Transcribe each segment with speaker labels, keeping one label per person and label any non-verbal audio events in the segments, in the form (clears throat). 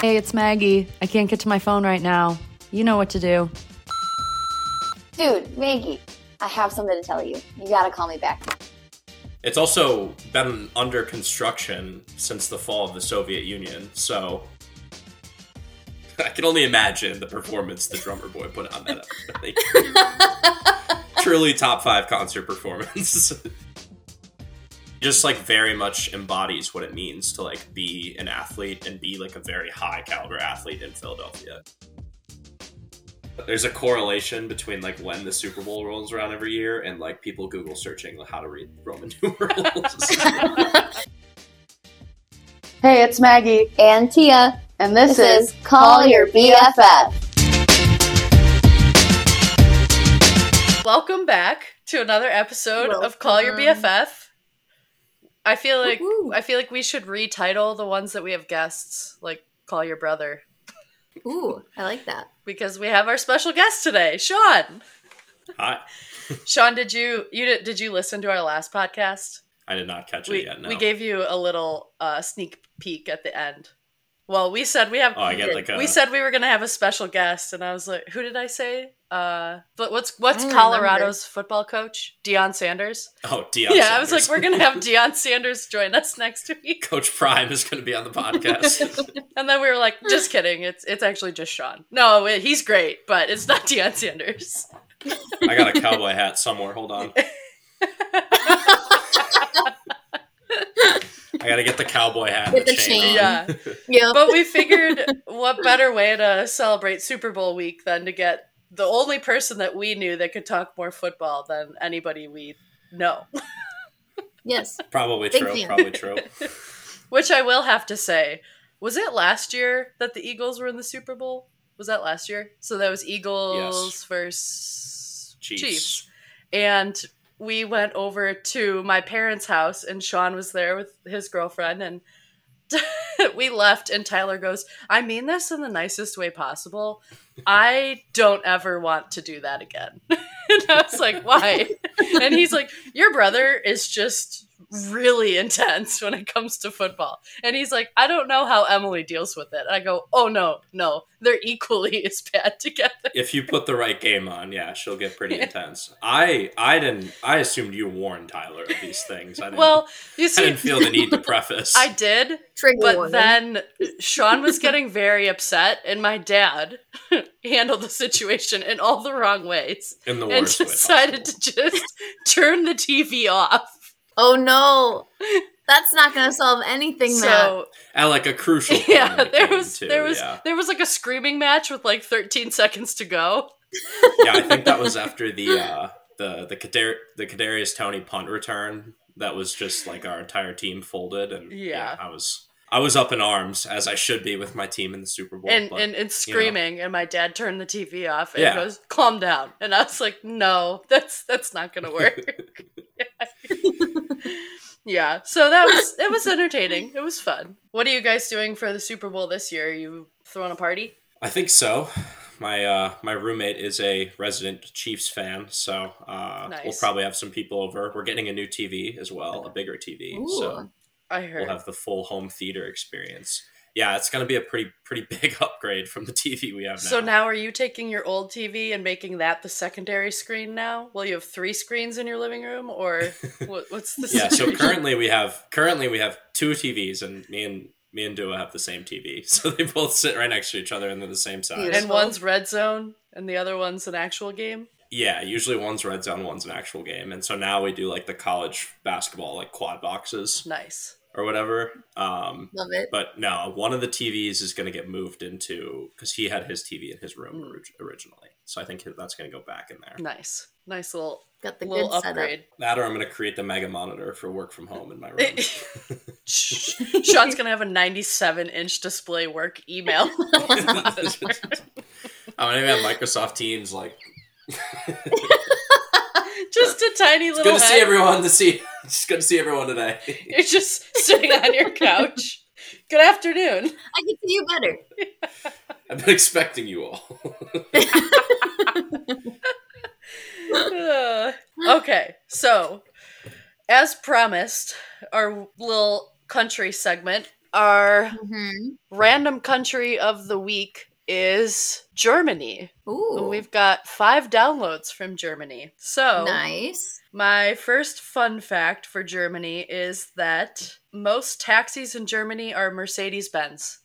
Speaker 1: Hey, it's Maggie. I can't get to my phone right now. You know what to do.
Speaker 2: Dude, Maggie, I have something to tell you. You gotta call me back.
Speaker 3: It's also been under construction since the fall of the Soviet Union, so (laughs) I can only imagine the performance the drummer boy put on that. episode. Truly top five concert performance. (laughs) Just like very much embodies what it means to like be an athlete and be like a very high caliber athlete in Philadelphia. There's a correlation between like when the Super Bowl rolls around every year and like people Google searching how to read Roman (laughs) numerals. (laughs)
Speaker 1: Hey, it's Maggie.
Speaker 2: And Tia,
Speaker 1: And
Speaker 2: this, is Call Your BFF.
Speaker 4: Welcome back to another episode of Call Your
Speaker 1: Welcome.
Speaker 4: BFF. I feel like
Speaker 5: Woo-hoo.
Speaker 4: I feel like we should retitle the ones that we have guests, like Call Your Brother,
Speaker 5: Ooh, I like that.
Speaker 4: because we have our special guest today, Sean.
Speaker 3: Hi.
Speaker 4: Sean, did you you did, did you listen to our last podcast?
Speaker 3: I did not catch it
Speaker 4: We
Speaker 3: yet. No.
Speaker 4: we gave you a little uh, sneak peek at the end. Well, we said we have
Speaker 3: oh, I get like a.
Speaker 4: we said we were gonna have a special guest, and I was like, who did I say? Uh, but what's what's
Speaker 5: I don't
Speaker 4: Colorado's football coach, Deion Sanders?
Speaker 3: oh, Deion
Speaker 4: yeah, I was like,
Speaker 3: Sanders.
Speaker 4: we're gonna have Deion Sanders join us next week,
Speaker 3: (laughs) Coach Prime is going to be on the podcast.
Speaker 4: and then we were like,
Speaker 3: (laughs)
Speaker 4: just kidding. It's it's actually just Sean. No, it, he's great, but it's not (laughs) Deion Sanders.
Speaker 3: I got a cowboy hat somewhere. Hold
Speaker 4: (laughs)
Speaker 3: on. I got to get the cowboy hat. and
Speaker 5: With the chain.
Speaker 3: on.
Speaker 4: Yeah,
Speaker 5: Yeah.
Speaker 4: but we figured, what better way to celebrate Super Bowl week than to get the only person that we knew that could talk more football than anybody we know. (laughs)
Speaker 5: Yes.
Speaker 3: Probably
Speaker 5: Big
Speaker 3: true.
Speaker 5: fan.
Speaker 3: Probably true.
Speaker 4: Which I will have to say, was it last year that the Eagles were in the Super Bowl? Was that last year? So that was Eagles
Speaker 3: Yes.
Speaker 4: versus
Speaker 3: Chiefs.
Speaker 4: Chiefs. and we went over to my parents' house and Sean was there with his girlfriend and (laughs) we left and Tyler goes, "I mean this in the nicest way possible. I don't ever want to do that again." (laughs) and I was like, "Why?"
Speaker 3: (laughs)
Speaker 4: and he's like, "Your brother is just really intense when it comes to football." And he's like, "I don't know how Emily deals with it." And I go, "Oh no, no. They're equally (laughs) as bad together."
Speaker 3: If you put the right game on, yeah, she'll get pretty intense. I I didn't. I assumed you warned Tyler of these things. I didn't,
Speaker 4: Well, you
Speaker 3: I
Speaker 4: see,
Speaker 3: didn't feel the need to preface.
Speaker 4: (laughs) I did,
Speaker 5: Trigger
Speaker 4: But
Speaker 5: warning.
Speaker 4: then Sean was getting very upset, and my dad (laughs) handled the situation in all the wrong ways
Speaker 3: in the
Speaker 4: and
Speaker 3: worst way.
Speaker 4: decided
Speaker 3: possible.
Speaker 4: to just (laughs) turn the TV off.
Speaker 5: oh no. That's not gonna solve anything, Matt.
Speaker 4: So
Speaker 3: At like a crucial. point in
Speaker 4: (laughs) yeah,
Speaker 3: the
Speaker 4: there
Speaker 3: game,
Speaker 4: was
Speaker 3: too,
Speaker 4: there was
Speaker 3: yeah.
Speaker 4: there was like a screaming match with like 13 seconds to go.
Speaker 3: yeah, I think that was after the uh, the the Kadar- the Kadarius Tony punt return. That was just like our entire team folded, and
Speaker 4: Yeah.
Speaker 3: I was I was up in arms as I should be with my team in the Super Bowl.
Speaker 4: and,
Speaker 3: but
Speaker 4: and and screaming and my dad turned the TV off and
Speaker 3: Yeah.
Speaker 4: goes calm down and I was like no that's that's not
Speaker 3: (laughs)
Speaker 4: gonna work (laughs) yeah so that was it was entertaining it was fun what are you guys doing for the Super Bowl this year are you throwing a party
Speaker 3: I think so. My uh, my roommate is a resident Chiefs fan, so uh, we'll
Speaker 4: Nice.
Speaker 3: probably have some people over. We're getting a new TV as well, a bigger TV, so
Speaker 5: Ooh.
Speaker 4: I heard
Speaker 3: we'll have the full home theater experience. Yeah, it's going to be a pretty pretty (laughs) big upgrade from the TV we have now.
Speaker 4: so now are you taking your old TV and making that the secondary screen now will you have three screens in your living room or
Speaker 3: (laughs)
Speaker 4: what, what's the
Speaker 3: yeah so
Speaker 4: situation?
Speaker 3: currently we have currently we have two tvs and me and me and Dua have the same tv (laughs) so they both sit right next to each other and they're the same size
Speaker 4: and one's red zone and the other one's an actual game
Speaker 3: yeah usually one's red zone one's an actual game and so now we do like the college basketball like quad boxes
Speaker 4: nice
Speaker 3: or whatever um
Speaker 5: Love it.
Speaker 3: but no one of the tvs is going to get moved into because he had his tv in his room
Speaker 4: Mm.
Speaker 3: orig- originally so i think that's going to go back in there
Speaker 4: nice nice little
Speaker 5: Got the
Speaker 4: little
Speaker 5: good setup.
Speaker 4: upgrade. (laughs)
Speaker 3: that or i'm going to create the mega monitor for work from home in my room
Speaker 4: Sean's gonna have a 97 inch display work email. (laughs)
Speaker 3: (laughs) i'm going to have microsoft teams like
Speaker 4: just a tiny
Speaker 3: It's good
Speaker 4: little.
Speaker 3: to see
Speaker 4: head.
Speaker 3: everyone. To see, (laughs) it's good to see everyone today. (laughs)
Speaker 4: You're just sitting on your couch. Good afternoon.
Speaker 5: I can see you better.
Speaker 3: I've been expecting you all. (laughs)
Speaker 4: Ugh. Uh, okay, so as promised, our little country segment Our
Speaker 5: Mhm.
Speaker 2: Mm-hmm.
Speaker 4: random country of the week is Germany.
Speaker 5: Ooh,
Speaker 4: We've got five downloads from Germany. So,
Speaker 5: nice.
Speaker 4: my first fun fact for Germany is that most taxis in Germany are Mercedes Benz.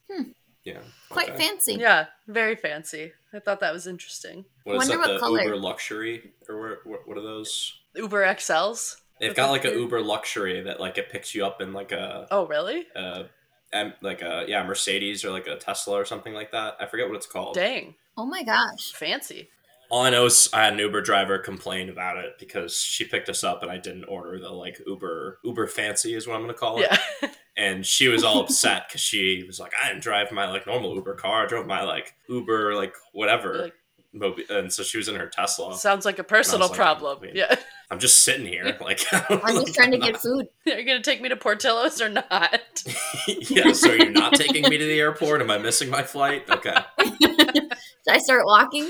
Speaker 3: Yeah.
Speaker 5: Quite
Speaker 3: okay.
Speaker 5: fancy.
Speaker 4: Yeah, very fancy. I thought that was interesting.
Speaker 3: What is
Speaker 5: Wonder
Speaker 3: that?
Speaker 5: what
Speaker 3: the
Speaker 5: color.
Speaker 3: Uber luxury or what- what? What are those?
Speaker 4: Uber XLs.
Speaker 3: They've
Speaker 4: What
Speaker 3: got
Speaker 4: the
Speaker 3: like a
Speaker 4: heck?
Speaker 3: Uber luxury that like it picks you up in like a,
Speaker 4: Oh, really?
Speaker 3: a, M- like a yeah Mercedes or like a Tesla or something like that. I forget what it's called.
Speaker 4: Dang,
Speaker 5: Oh my gosh.
Speaker 4: fancy.
Speaker 3: All I know is I had an Uber driver complain about it because she picked us up and I didn't order the like Uber Uber fancy is what I'm gonna call it.
Speaker 4: Yeah.
Speaker 3: and she was all upset because she was like, "I didn't drive my like normal Uber car. I drove my like Uber like whatever."
Speaker 4: Like-
Speaker 3: mobi and so she was in her Tesla.
Speaker 4: (laughs) Sounds like a personal
Speaker 3: oh. Sounds like
Speaker 4: problem.
Speaker 3: I'm clean.
Speaker 4: yeah. (laughs)
Speaker 3: I'm just sitting here, like (laughs)
Speaker 5: I'm just trying to get food.
Speaker 4: Are you going to take me to Portillo's or not? (laughs)
Speaker 3: (laughs) yeah. So you're not taking me to the airport? Am I missing my flight? Okay.
Speaker 5: Should I start
Speaker 4: (laughs)
Speaker 5: walking?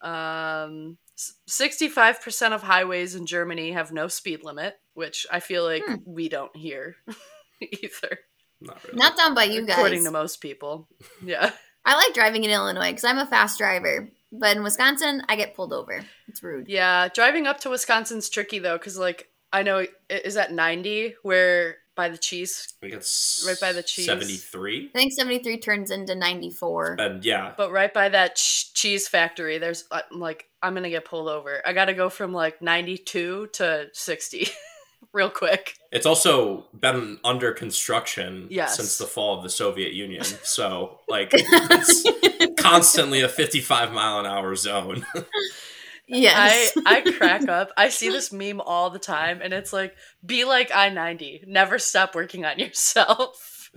Speaker 4: um, s- 65% of highways in Germany have no speed limit, which I feel like
Speaker 5: Hmm.
Speaker 4: we don't hear (laughs) either,
Speaker 3: Not really.
Speaker 5: Not down by you
Speaker 4: according
Speaker 5: guys.
Speaker 4: to most people. Yeah.
Speaker 5: I like driving in Illinois because I'm a fast driver. But in Wisconsin, I get pulled over. It's rude.
Speaker 4: Yeah. Driving up to Wisconsin's tricky, though, because, like, I know it is at 90 where by the cheese,
Speaker 3: we got s-
Speaker 4: Right by the cheese.
Speaker 3: Seventy-three.
Speaker 5: I think 73 turns into 94.
Speaker 3: And yeah,
Speaker 4: but right by that ch- cheese factory, there's i like, I'm going to get pulled over. I got to go from like 92 to 60 (laughs) real quick.
Speaker 3: it's also been under construction
Speaker 4: Yes.
Speaker 3: since the fall of the Soviet Union. So like, it's constantly a 55 mile an hour zone.
Speaker 4: I,
Speaker 5: yes.
Speaker 4: I
Speaker 5: (laughs)
Speaker 4: crack up. I see this meme all the time, and it's like, be like I 90. Never stop working on (laughs) yourself.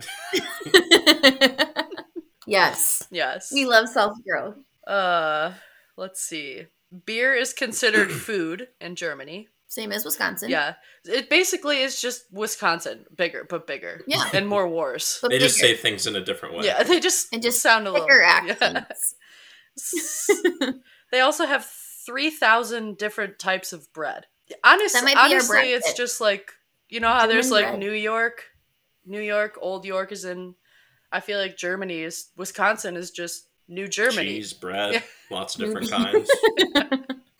Speaker 5: yes.
Speaker 4: Yes.
Speaker 5: We love self growth.
Speaker 4: Uh, let's see. Beer
Speaker 5: (clears throat)
Speaker 4: is considered food in Germany.
Speaker 5: Same as Wisconsin.
Speaker 4: Yeah. It basically is just Wisconsin, bigger, but bigger.
Speaker 5: Yeah.
Speaker 4: And
Speaker 5: (laughs)
Speaker 4: more wars.
Speaker 5: But
Speaker 3: they just
Speaker 5: bigger.
Speaker 3: say things in a different way.
Speaker 4: Yeah, they just
Speaker 5: And just
Speaker 4: sound a little
Speaker 5: thicker
Speaker 4: yeah.
Speaker 5: accents. (laughs)
Speaker 4: they also have 3,000 different types of bread. Honest,
Speaker 5: That might be our
Speaker 4: honestly, it's
Speaker 5: breakfast.
Speaker 4: just like, you know how there's
Speaker 5: German
Speaker 4: like
Speaker 5: bread.
Speaker 4: New York, New York, Old York is in, I feel like Germany is, Wisconsin is just New Germany.
Speaker 3: Cheese, bread,
Speaker 4: Yeah.
Speaker 3: lots of different
Speaker 4: (laughs)
Speaker 3: kinds.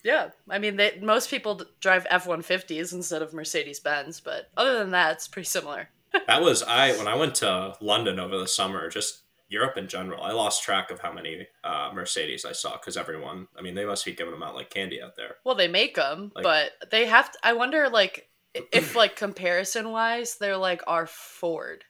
Speaker 4: Yeah. I mean, they, most people d- drive F 150s instead of Mercedes Benz, but other than that, it's pretty similar.
Speaker 3: That was I when I went to London over the summer, just Europe in general. I lost track of how many uh, Mercedes I saw because everyone, I mean, they must be giving them out like candy out there.
Speaker 4: Well, they make them,
Speaker 3: Like-
Speaker 4: but they have to, I wonder, like, i-
Speaker 3: (clears throat)
Speaker 4: if like comparison wise, they're like our Ford,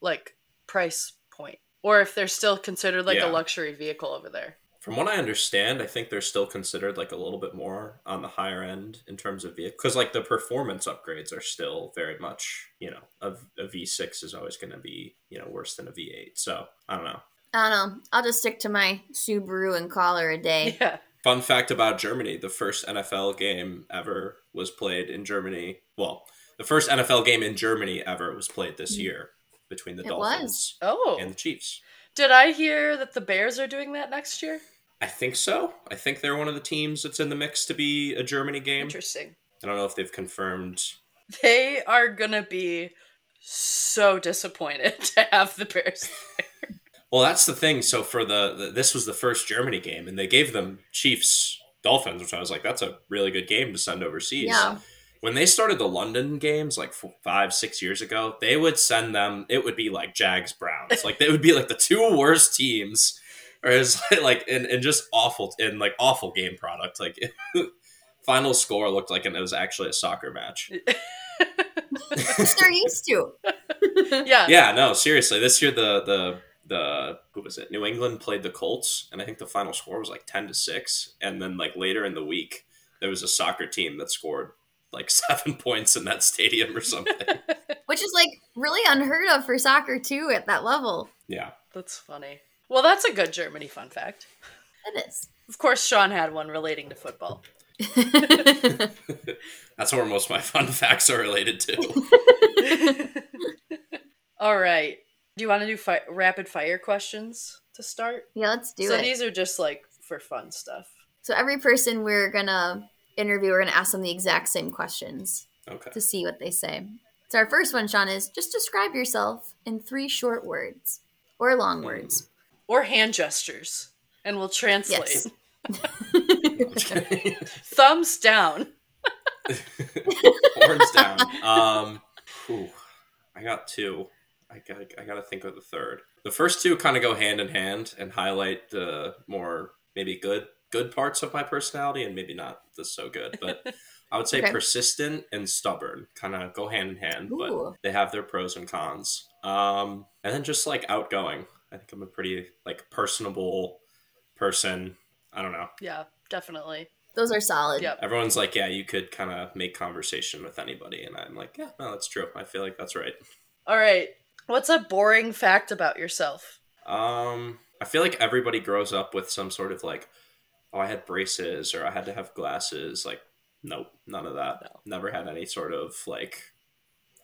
Speaker 4: like price point, or if they're still considered like
Speaker 3: Yeah.
Speaker 4: a luxury vehicle over there.
Speaker 3: From what I understand, I think they're still considered like a little bit more on the higher end in terms of vehicle because like the performance upgrades are still very much, you know, a, a V6 is always going to be, you know, worse than a V8. So I don't know.
Speaker 5: I don't know. I'll just stick to my Subaru and call her a day.
Speaker 4: Yeah.
Speaker 3: Fun fact about Germany the first NFL game ever was played in Germany. Well, the first NFL game in Germany ever was played this year between the
Speaker 5: It
Speaker 3: Dolphins
Speaker 4: Oh.
Speaker 3: and the Chiefs.
Speaker 4: Did I hear that the Bears are doing that next year?
Speaker 3: I think so. I think they're one of the teams that's in the mix to be a Germany game.
Speaker 4: Interesting.
Speaker 3: I don't know if they've confirmed.
Speaker 4: They are going to be so disappointed (laughs) to have the Bears.
Speaker 3: Well, that's the thing. So for the, the this was the first Germany game, and they gave them Chiefs Dolphins, which I was like, that's a really good game to send overseas.
Speaker 5: Yeah.
Speaker 3: when they started the London games like f- five, six years ago, they would send them. It would be like Jags Browns, like they would be like the two worst teams, or it's (laughs) like and, and just awful and like awful game product. Like (laughs) final score looked like and it was actually a soccer match.
Speaker 5: Which they're used to.
Speaker 4: yeah.
Speaker 3: Yeah, no, seriously, this year the the the who was it? New England played the Colts, and I think the final score was like ten to six. And then like later in the week, there was a soccer team that scored like (laughs) seven points in that stadium or something.
Speaker 5: Which is like really unheard of for soccer too at that level.
Speaker 3: yeah.
Speaker 4: That's funny. Well, that's a good Germany fun fact.
Speaker 5: It is.
Speaker 4: Of course, Sean had one relating to football.
Speaker 3: That's where most of my fun facts are related to.
Speaker 4: (laughs) All right. Do you want to do fi- rapid fire questions to start?
Speaker 5: yeah, let's do
Speaker 4: so
Speaker 5: it.
Speaker 4: these are just like for fun stuff.
Speaker 5: so every person we're gonna interview, we're gonna ask them the exact same questions
Speaker 3: Okay.
Speaker 5: to see what they say. So our first one, Sean, is just describe yourself in three short words or long words.
Speaker 4: or hand gestures, and we'll translate.
Speaker 5: Yes.
Speaker 4: (laughs) Thumbs down.
Speaker 3: Horns down. Um, whew, I got two. I got. I got to think of the third. The first two kind of go hand in hand and highlight the more maybe good good parts of my personality and maybe not the so good. But I would say
Speaker 5: Okay.
Speaker 3: persistent and stubborn kind of go hand in hand,
Speaker 5: Ooh.
Speaker 3: but they have their pros and cons. Um, and then just like outgoing. I think I'm a pretty like personable person. I don't know.
Speaker 4: Yeah, definitely.
Speaker 5: Those are solid.
Speaker 4: Yep.
Speaker 3: Everyone's like, yeah, you could kind of make conversation with anybody. And I'm like, yeah, no, that's true. I feel like that's right.
Speaker 4: All right. What's a boring fact about yourself?
Speaker 3: Um, I feel like everybody grows up with some sort of like, oh, I had braces or I had to have glasses. Like, nope, none of that.
Speaker 4: No.
Speaker 3: Never had any sort of like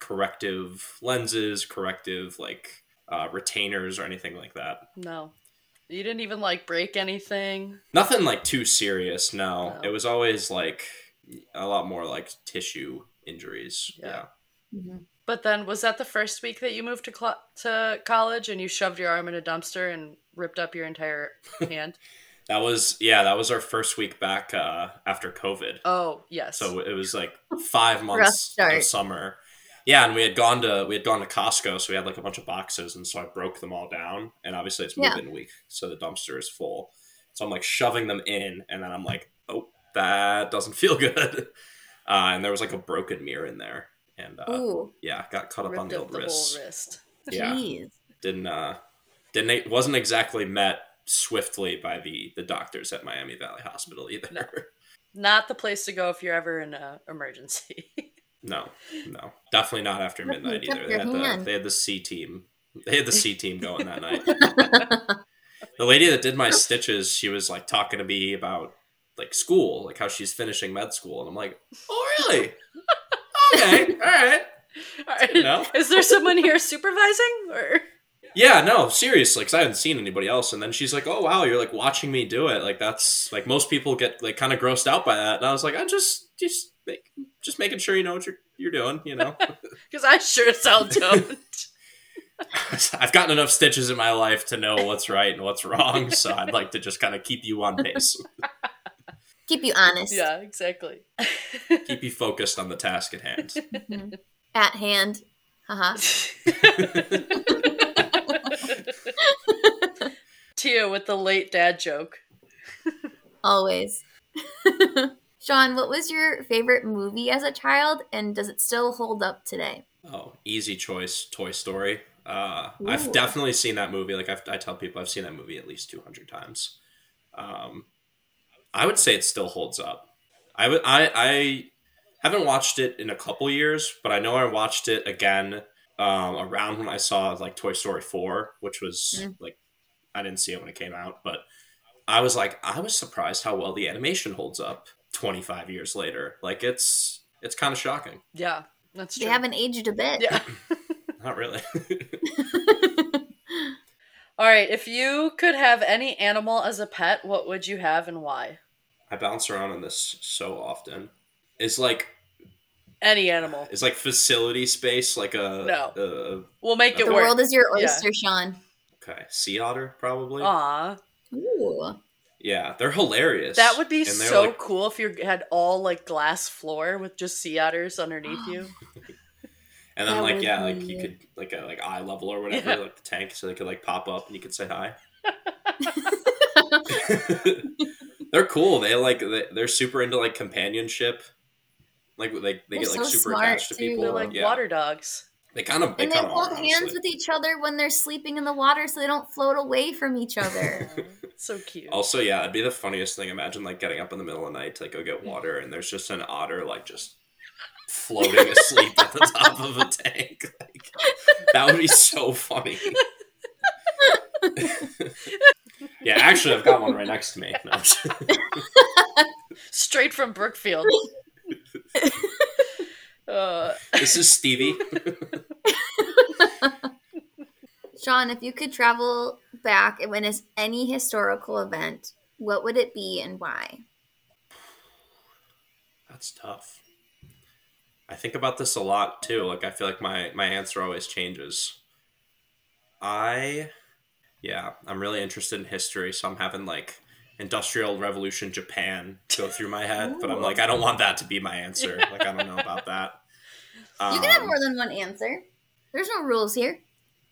Speaker 3: corrective lenses, corrective like uh, retainers or anything like that.
Speaker 4: No. You didn't even like break anything.
Speaker 3: Nothing like too serious. No,
Speaker 4: No.
Speaker 3: it was always like a lot more like tissue injuries.
Speaker 4: Yeah.
Speaker 3: yeah.
Speaker 4: But then was that the first week that you moved to cl- to college and you shoved your arm in a dumpster and ripped up your entire hand?
Speaker 3: That was yeah, that was our first week back uh, after COVID.
Speaker 4: Oh, yes.
Speaker 3: So it was like five
Speaker 5: Rough
Speaker 3: months
Speaker 5: start.
Speaker 3: of summer. Yeah, and we had gone to we had gone to Costco, so we had like a bunch of boxes, and so I broke them all down. And obviously, it's
Speaker 5: Yeah.
Speaker 3: moving week, so the dumpster is full. So I'm like shoving them in, and then I'm like, oh, that doesn't (laughs) feel good. Uh, and there was like a broken mirror in there, and uh,
Speaker 5: Ooh.
Speaker 3: yeah, got cut up
Speaker 4: ripped
Speaker 3: on the
Speaker 4: up
Speaker 3: old
Speaker 4: the
Speaker 3: wrist.
Speaker 4: whole wrist.
Speaker 3: Yeah
Speaker 5: Jeez.
Speaker 3: didn't uh didn't it wasn't exactly met swiftly by the the doctors at Miami Valley Hospital (laughs) either.
Speaker 4: No. Not the place to go if you're ever in an emergency. (laughs)
Speaker 3: No, no, definitely not after
Speaker 5: Nothing
Speaker 3: midnight
Speaker 5: except
Speaker 3: either.
Speaker 5: your
Speaker 3: They had, the,
Speaker 5: hand.
Speaker 3: they had the C team. They had the C team going that night. the lady that did my stitches, she was like talking to me about like school, like how she's finishing med school, and I'm like, oh really? okay, all right.
Speaker 4: All right.
Speaker 3: No.
Speaker 4: Is there someone here supervising? Or
Speaker 3: Yeah, no, seriously, because I hadn't seen anybody else. And then she's like, "Oh wow, you're like watching me do it. Like that's like most people get like kind of grossed out by that." And I was like, "I'm just just make, just making sure you know what you're you're doing. You know, (laughs)
Speaker 4: because I sure as hell don't.
Speaker 3: I've gotten enough stitches in my life to know what's right and what's wrong. So I'd like to just kind of keep you on pace,
Speaker 5: Keep you honest.
Speaker 4: yeah, exactly.
Speaker 3: keep you focused on the task at hand."
Speaker 5: At hand. Haha.
Speaker 4: Tia with the late dad joke.
Speaker 5: Always. (laughs) Sean, what was your favorite movie as a child and does it still hold up today?
Speaker 3: Oh, easy choice, Toy Story. Uh, I've
Speaker 5: Ooh.
Speaker 3: definitely seen that movie. Like I've, I tell people, I've seen that movie at least two hundred times. Um, I would say it still holds up. I would, I, I haven't watched it in a couple years, but I know I watched it again um, around when I saw like Toy Story four, which was
Speaker 5: Mm.
Speaker 3: like I didn't see it when it came out, but I was like, I was surprised how well the animation holds up twenty five years later. Like it's, it's kind of shocking.
Speaker 4: Yeah, that's true.
Speaker 5: They haven't aged a bit.
Speaker 4: yeah.
Speaker 3: Not really.
Speaker 4: All right. If you could have any animal as a pet, what would you have and why?
Speaker 3: I bounce around on this so often. Is like
Speaker 4: Any animal.
Speaker 3: is like facility space like a
Speaker 4: No.
Speaker 3: uh,
Speaker 4: We'll make
Speaker 3: The
Speaker 4: it
Speaker 5: The
Speaker 4: work.
Speaker 5: world is your
Speaker 4: Yeah.
Speaker 5: oyster, Sean.
Speaker 3: okay sea otter probably
Speaker 4: Aw,
Speaker 5: Ooh.
Speaker 3: yeah they're hilarious
Speaker 4: that would be
Speaker 3: And they're,
Speaker 4: so
Speaker 3: like-
Speaker 4: cool if you had all like glass floor with just sea otters underneath
Speaker 5: (gasps)
Speaker 4: you.
Speaker 3: and then
Speaker 5: That
Speaker 3: like
Speaker 5: would
Speaker 3: yeah like
Speaker 5: be-
Speaker 3: you could like a like eye level or whatever
Speaker 4: Yeah.
Speaker 3: like the tank so they could like pop up and you could say hi (laughs) they're cool they like they, they're super into like companionship like they, they
Speaker 5: They're
Speaker 3: get like
Speaker 5: so
Speaker 3: super
Speaker 5: smart,
Speaker 3: attached to
Speaker 5: too.
Speaker 3: people
Speaker 4: They're like
Speaker 3: yeah.
Speaker 4: water
Speaker 3: (laughs)
Speaker 4: dogs.
Speaker 3: they kind of they
Speaker 5: And they
Speaker 3: kind of
Speaker 5: hold hands with each other when they're sleeping in the water so they don't float away from each other.
Speaker 4: So cute.
Speaker 3: Also, yeah, it'd be the funniest thing. Imagine like getting up in the middle of the night to like go get water, and there's just an otter like just floating asleep at the top of a tank. (laughs) Like, that would be so funny. (laughs) yeah, actually, I've got one right next to me. No, I'm just- (laughs)
Speaker 4: Straight from Brookfield. uh,
Speaker 3: this is Stevie.
Speaker 5: Sean, if you could travel back and witness any historical event, what would it be and why?
Speaker 3: That's tough. I think about this a lot too. Like I feel like my my answer always changes. I yeah, I'm really interested in history, so I'm having like industrial revolution Japan go through my head, but I'm like I don't want that to be
Speaker 5: (laughs)
Speaker 3: my answer. Like I don't know about that.
Speaker 5: you can have
Speaker 3: Um,
Speaker 5: more than one answer. There's no rules here.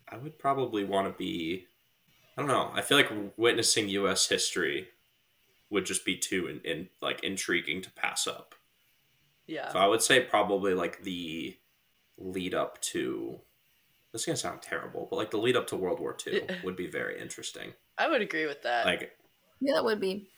Speaker 3: I would probably want to be. I don't know. I feel like witnessing U.S. history would just be too in, in like intriguing to pass up.
Speaker 4: Yeah.
Speaker 3: So I would say probably like the lead up to. This is gonna sound terrible, but like the lead up to World War
Speaker 4: (laughs)
Speaker 3: II
Speaker 4: Yeah.
Speaker 3: would be very interesting.
Speaker 4: I would agree with that.
Speaker 3: Like
Speaker 5: Yeah, that would be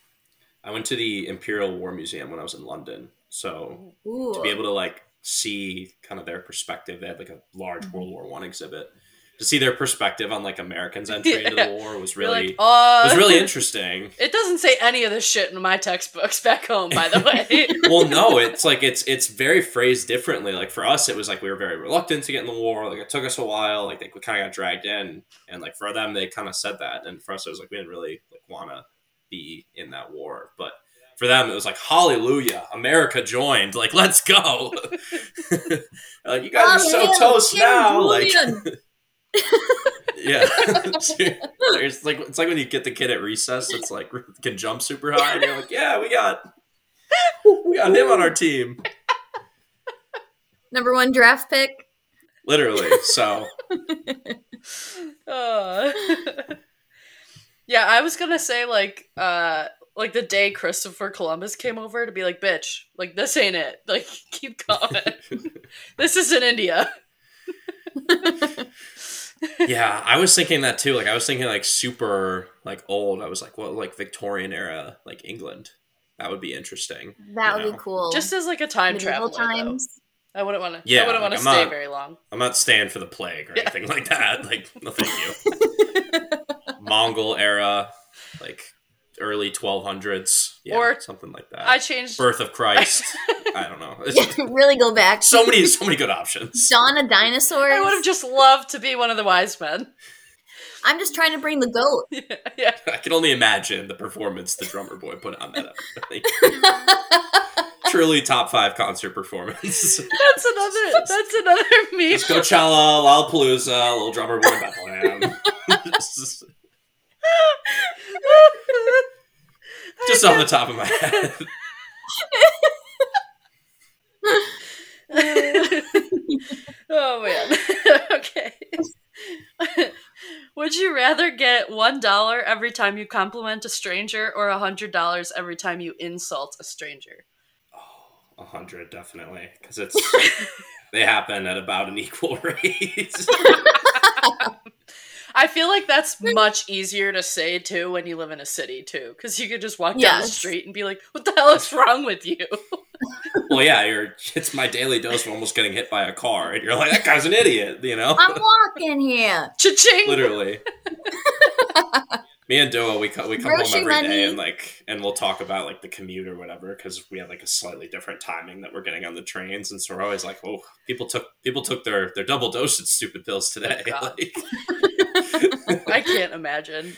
Speaker 3: I went to the Imperial War Museum when I was in London, so
Speaker 5: cool.
Speaker 3: to be able to like see kind of their perspective, they had like a large
Speaker 4: Mm-hmm.
Speaker 3: World War One exhibit. To see their perspective on like
Speaker 4: (laughs)
Speaker 3: Americans' entry into
Speaker 4: Yeah.
Speaker 3: the war was
Speaker 4: You're
Speaker 3: really
Speaker 4: like, oh,
Speaker 3: it was
Speaker 4: (laughs)
Speaker 3: really interesting.
Speaker 4: It doesn't say any of this shit in my textbooks (laughs) back home,
Speaker 3: (laughs)
Speaker 4: by the way. (laughs)
Speaker 3: well, no, it's like it's it's very phrased differently. Like for us, it was like we were very reluctant to get in the war. Like it took us a while. Like they, we kind of got dragged in, and like for them, they kind of said that. And for us, it was like we didn't really like want to be in that war. But for them, it was like hallelujah, America joined. Like let's go. (laughs) like you guys are so
Speaker 5: Hallelujah,
Speaker 3: toast now. Like
Speaker 5: hallelujah.
Speaker 3: (laughs) yeah, (laughs) it's like it's like when you get the kid at recess. It's like (laughs) can jump super high, and you're like, yeah, we got we got him on our team.
Speaker 5: Number one draft pick.
Speaker 3: literally so
Speaker 4: Oh. (laughs) yeah, I was gonna say like uh like the day Christopher Columbus came over to be like, bitch, like this ain't it. (laughs) Like keep
Speaker 3: (laughs)
Speaker 4: going. this isn't India.
Speaker 3: yeah i was thinking that too like i was thinking like super like old i was like well like victorian era like england that would be interesting
Speaker 5: That would
Speaker 3: Yeah.
Speaker 5: be cool.
Speaker 4: Just as like a time
Speaker 5: medieval
Speaker 4: travel. traveler.
Speaker 5: times. (laughs)
Speaker 4: though. I wouldn't wanna
Speaker 3: Yeah,
Speaker 4: I wouldn't wanna
Speaker 3: like, I'm
Speaker 4: stay
Speaker 3: not-
Speaker 4: very long.
Speaker 3: i'm not staying for the plague or
Speaker 4: Yeah.
Speaker 3: anything like that (laughs) like no thank you
Speaker 4: (laughs)
Speaker 3: mongol era like early 1200s yeah,
Speaker 4: Or-
Speaker 3: something like that
Speaker 4: I changed
Speaker 3: birth of christ (laughs) i don't know It's-
Speaker 5: yeah, really go back.
Speaker 3: so many so many good options
Speaker 5: Dawn of dinosaurs.
Speaker 4: I would have just loved to be one of the wise men. (laughs)
Speaker 5: I'm just trying to bring the goat.
Speaker 4: yeah.
Speaker 3: i can only imagine the performance the drummer boy put on that episode.
Speaker 4: (laughs)
Speaker 3: truly top five concert performance (laughs)
Speaker 4: That's another that's another (laughs) meme.
Speaker 3: It's Coachella, Lollapalooza, Little Drummer Boy (laughs) Bethlehem. just just off the top of my head.
Speaker 4: (laughs) oh man. (laughs) okay. Would you rather get one dollar every time you compliment a stranger or a hundred dollars every time you insult a stranger?
Speaker 3: A hundred, definitely, because it's they happen at about an equal (laughs) rate.
Speaker 4: I feel like that's much easier to say too when you live in a city too, because you could just walk down the
Speaker 5: Yes.
Speaker 4: street and be like, "What the hell is wrong with you?" (laughs)
Speaker 3: well, yeah, you're. It's my daily dose of almost getting hit by a car, and you're like, that guy's an idiot, you know.
Speaker 5: I'm walking here.
Speaker 4: Cha-ching!
Speaker 3: Literally. Me and Doa, we come, we come home
Speaker 5: Grocery
Speaker 3: every day
Speaker 5: money.
Speaker 3: and like, and we'll talk about like the commute or whatever because we have like a slightly different timing that we're getting on the trains, and so we're always like, oh, people took people took their their double dosage stupid pills today.
Speaker 4: Oh, God.
Speaker 3: (laughs) like,
Speaker 4: I can't imagine.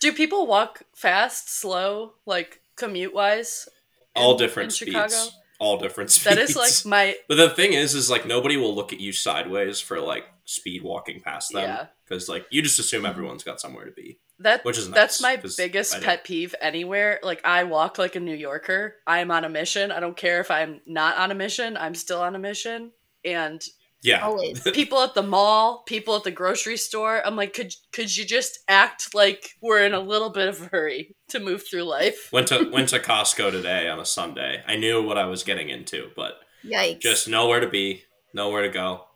Speaker 4: Do people walk fast, slow, like commute wise?
Speaker 3: all different
Speaker 4: in Chicago?
Speaker 3: speeds, all different speeds.
Speaker 4: That is like my
Speaker 3: But the thing is, is like nobody will look at you sideways for like speed walking past
Speaker 4: Yeah.
Speaker 3: them because like you just assume everyone's got somewhere to be,
Speaker 4: that
Speaker 3: which is
Speaker 4: that's
Speaker 3: nice,
Speaker 4: my
Speaker 3: 'cause I
Speaker 4: biggest
Speaker 3: do.
Speaker 4: pet peeve anywhere. Like I walk like a New Yorker. I'm on a mission. I don't care if I'm not on a mission. I'm still on a mission.
Speaker 3: (laughs)
Speaker 4: And
Speaker 3: Yeah, (laughs)
Speaker 5: Always.
Speaker 4: people at the mall, people at the grocery store. I'm like, could could you just act like we're in a little bit of a hurry to move through life?
Speaker 3: went to went to Costco today on a Sunday. I knew what I was getting into, but
Speaker 5: Yikes.
Speaker 3: just nowhere to be, nowhere to go.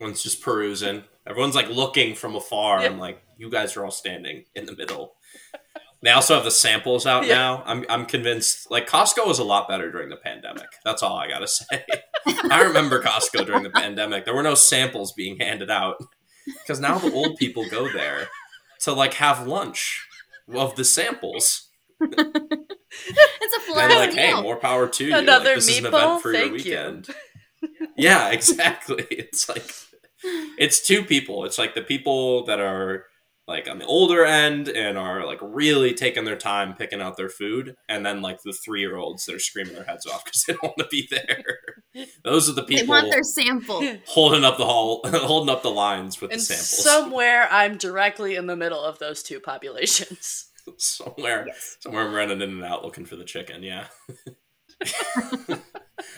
Speaker 3: Everyone's just perusing. Everyone's like looking from afar. I'm like, you guys are all standing in the middle. They also have the samples out
Speaker 4: Yeah.
Speaker 3: now. I'm I'm convinced. Like Costco was a lot better during the pandemic. That's all I gotta say. (laughs) I remember Costco during the pandemic. There were no samples being handed out because now the old people go there to like have lunch of the samples.
Speaker 5: it's a
Speaker 4: (laughs)
Speaker 3: And
Speaker 5: flat
Speaker 3: like, hey,
Speaker 5: meal.
Speaker 3: more power to you.
Speaker 4: Another
Speaker 3: like, this is an
Speaker 4: meatball?
Speaker 3: event for your
Speaker 4: Thank you. (laughs)
Speaker 3: weekend. yeah, (laughs) exactly. It's like it's two people. It's like the people that are like on the older end and are like really taking their time picking out their food, and then like the three year olds that are screaming their heads off because they (laughs) don't want to be
Speaker 4: (laughs)
Speaker 3: there. Those are the
Speaker 5: They
Speaker 3: people
Speaker 5: want their sample.
Speaker 3: holding up the hall, (laughs) holding up the lines with
Speaker 4: And
Speaker 3: the samples
Speaker 4: somewhere I'm directly in the middle of those two populations.
Speaker 3: (laughs) somewhere.
Speaker 2: Yes.
Speaker 3: Somewhere I'm running in and out looking for the chicken. Yeah. (laughs)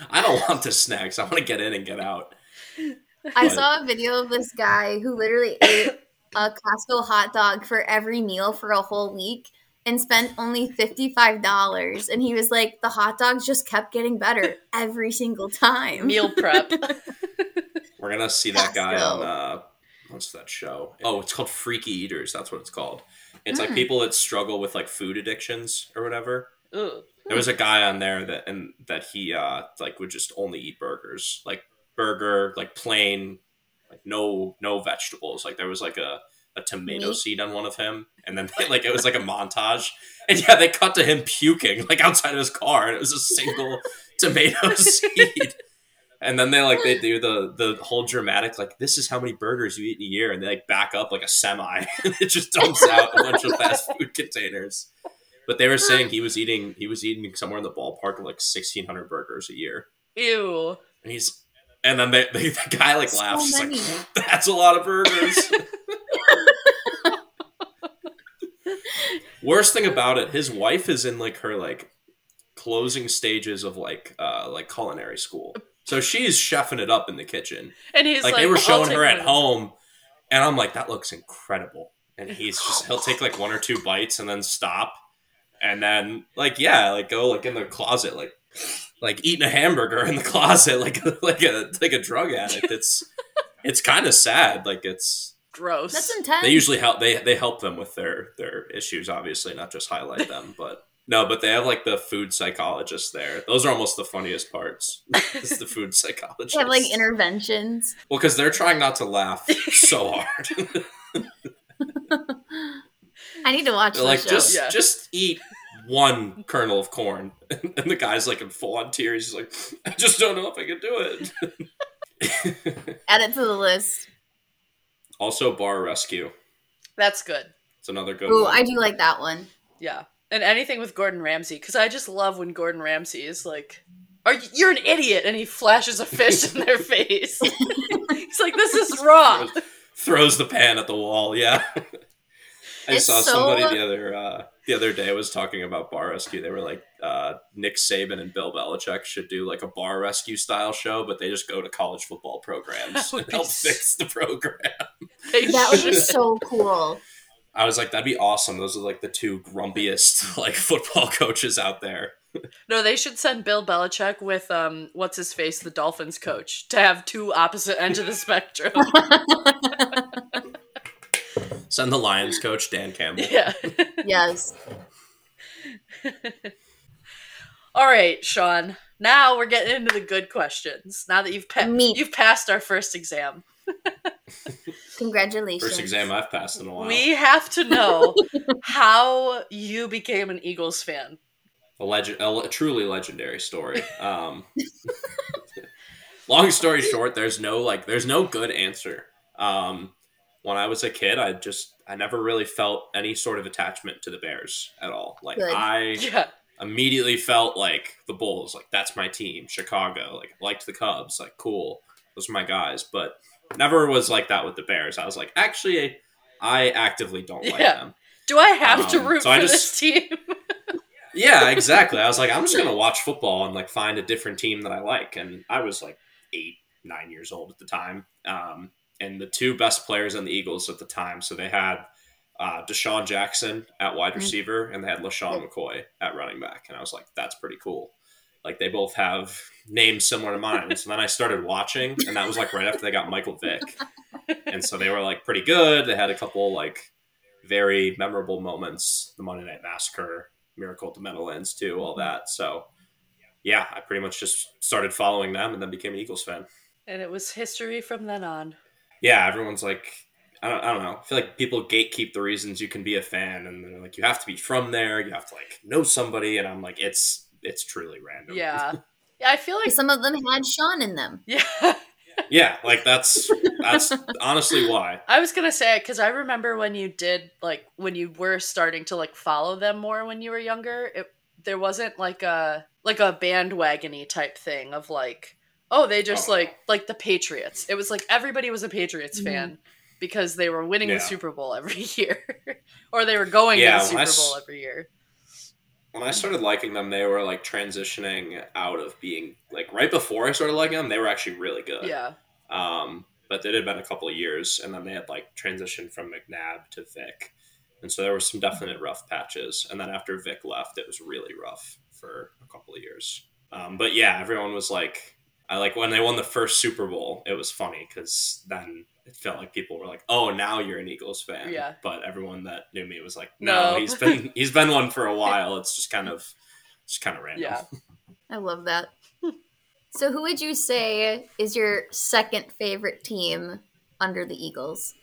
Speaker 3: I don't want the snacks. I want to get in and get out.
Speaker 5: I
Speaker 3: But-
Speaker 5: saw a video of this guy who
Speaker 3: (coughs)
Speaker 5: literally ate a Costco hot dog for every meal for a whole week and spent only $55. And he was like, the hot dogs just kept getting better every single time.
Speaker 4: Meal
Speaker 5: (laughs)
Speaker 4: prep.
Speaker 3: We're gonna see that guy
Speaker 5: Costco.
Speaker 3: on uh, what's that show? Oh, it's called Freaky Eaters. That's what it's called. It's like people that struggle with like food addictions or whatever.
Speaker 4: Ooh.
Speaker 3: There was a guy on there that and that he uh like would just only eat burgers, like burger, like plain, like no no vegetables. Like there was like a a tomato
Speaker 5: Meat?
Speaker 3: seed on one of him, and then (laughs) like it was like a montage, and yeah, they cut to him puking like outside of his car, and it was a single tomato seed. And then they like they do the the whole dramatic like this is how many burgers you eat in a year, and they like back up like a semi, (laughs) and it just dumps out a
Speaker 5: (laughs)
Speaker 3: bunch of fast food containers. But they were saying he was eating he was eating somewhere in the ballpark of like sixteen hundred burgers a year,
Speaker 4: Ew.
Speaker 3: and he's and then they, (laughs) they, the guy like
Speaker 5: So
Speaker 3: laughs he's
Speaker 5: many.
Speaker 3: like that's a lot of burgers. Worst thing about it, his wife is in like her like closing stages of like uh like culinary school, so she's chefing it up in the kitchen
Speaker 4: And he's
Speaker 3: like,
Speaker 4: like,
Speaker 3: they were
Speaker 4: "I'll
Speaker 3: showing
Speaker 4: take
Speaker 3: her at
Speaker 4: one."
Speaker 3: home, and I'm like, that looks incredible. And he's just he'll take like one or two bites and then stop, and then like yeah, like go like in the closet, like like eating a hamburger in the (laughs) closet, like like a like a drug addict. It's it's kind of sad. Like it's
Speaker 4: Gross.
Speaker 5: That's intense.
Speaker 3: they usually help they they help them with their their issues, obviously, not just highlight them, but. No, but they have like the food psychologists there. Those are almost the funniest parts. (laughs) It's the food psychologists.
Speaker 5: They have like interventions.
Speaker 3: Well, because they're trying not to laugh so hard.
Speaker 5: I need to watch
Speaker 3: They're
Speaker 5: this
Speaker 3: like,
Speaker 5: show.
Speaker 3: just
Speaker 4: Yeah.
Speaker 3: just eat one kernel of corn. (laughs) And the guy's like in full on tears. He's like, I just don't know if I can do it.
Speaker 5: Add it to the list.
Speaker 3: also, Bar Rescue.
Speaker 4: That's good.
Speaker 3: It's another good
Speaker 5: Ooh,
Speaker 3: one.
Speaker 5: I do like that one.
Speaker 4: Yeah. And anything with Gordon Ramsay, because I just love when Gordon Ramsay is like, Are you, You're an idiot. And he flashes a fish in
Speaker 5: (laughs)
Speaker 4: their face. He's like, This is wrong.
Speaker 3: Throws the pan at the wall. Yeah. (laughs) I
Speaker 5: It's
Speaker 3: saw
Speaker 5: so-
Speaker 3: somebody the other uh, the other day was talking about bar rescue. They were like, uh, Nick Saban and Bill Belichick should do like a bar rescue style show, but they just go to college
Speaker 5: (laughs)
Speaker 3: football programs
Speaker 4: would
Speaker 3: and
Speaker 4: be
Speaker 3: help
Speaker 4: s-
Speaker 3: fix the program.
Speaker 4: They
Speaker 5: That
Speaker 3: (laughs)
Speaker 5: would be
Speaker 4: should.
Speaker 5: so cool.
Speaker 3: I was like, that'd be awesome. Those are like the two grumpiest (laughs) like football coaches out there.
Speaker 4: No, they should send Bill Belichick with um, what's his face, the Dolphins coach, to have two opposite ends of
Speaker 5: (laughs)
Speaker 4: the spectrum.
Speaker 3: Send the Lions coach Dan Campbell.
Speaker 4: yeah.
Speaker 5: yes.
Speaker 4: All right, Sean. Now we're getting into the good questions. Now that you've pa-
Speaker 5: Meat.
Speaker 4: you've passed our first exam,
Speaker 5: Congratulations.
Speaker 3: First exam I've passed in a while.
Speaker 4: we have to know how you became an Eagles fan.
Speaker 3: a legend, a le- truly legendary story. Um, (laughs) long story short, there's no like, there's no good answer. Um, when I was a kid, I just, I never really felt any sort of attachment to the Bears at all. Like
Speaker 5: Good.
Speaker 3: I,
Speaker 4: Yeah.
Speaker 3: immediately felt like the Bulls, like that's my team, Chicago, like liked the Cubs, like cool, those are my guys, but never was like that with the Bears. I was like, actually, I actively don't like
Speaker 4: Yeah.
Speaker 3: them.
Speaker 4: Do I have to
Speaker 3: Um,
Speaker 4: root
Speaker 3: so I
Speaker 4: for
Speaker 3: just-
Speaker 4: this team? (laughs)
Speaker 3: Yeah, exactly. I was like, I'm just gonna watch football and like find a different team that I like, and I was like eight, nine years old at the time. Um, and the two best players on the Eagles at the time, so they had uh, Deshaun Jackson at wide receiver, and they had Lashawn McCoy at running back, and I was like, that's pretty cool. Like they both have names similar to mine. So then I started watching, and that was like right after they got Michael Vick, and so they were like pretty good. They had a couple like very memorable moments, the Monday Night Massacre, Miracle at the Meadowlands, too, all that. So yeah, I pretty much just started following them, and then became an Eagles fan.
Speaker 4: And it was history from then on.
Speaker 3: Yeah, everyone's like. I don't, I don't know. I feel like people gatekeep the reasons you can be a fan, and they're like, you have to be from there, you have to like know somebody, and I'm like, it's it's truly random. (laughs)
Speaker 4: Yeah. Yeah, I feel like
Speaker 5: Some of them had Sean in them.
Speaker 4: yeah.
Speaker 3: yeah like that's That's honestly why.
Speaker 4: I was gonna say it because I remember when you did like when you were starting to like follow them more when you were younger. It there wasn't like a like a bandwagony type thing of like oh they just
Speaker 3: Oh.
Speaker 4: like like the Patriots. It was like everybody was a Patriots fan because they were winning
Speaker 3: Yeah.
Speaker 4: the Super Bowl every (laughs) year or they were going
Speaker 3: Yeah,
Speaker 4: to the Super
Speaker 3: unless-
Speaker 4: Bowl every year.
Speaker 3: When I started liking them, they were like transitioning out of being like right before I started liking them, they were actually really good.
Speaker 4: Yeah,
Speaker 3: Um, but it had been a couple of years, and then they had like transitioned from McNabb to Vic, and so there were some definite rough patches. And then after Vic left, it was really rough for a couple of years. Um, but yeah, everyone was like, I like when they won the first Super Bowl. It was funny because then it felt like people were like, "Oh, now you're an Eagles fan."
Speaker 4: Yeah.
Speaker 3: But everyone that knew me was like, "No,
Speaker 4: No.
Speaker 3: he's
Speaker 4: (laughs)
Speaker 3: been he's been one for a while. It's just kind of." It's kind of random.
Speaker 4: yeah.
Speaker 5: I love that. so, who would you say is your second favorite team under the Eagles?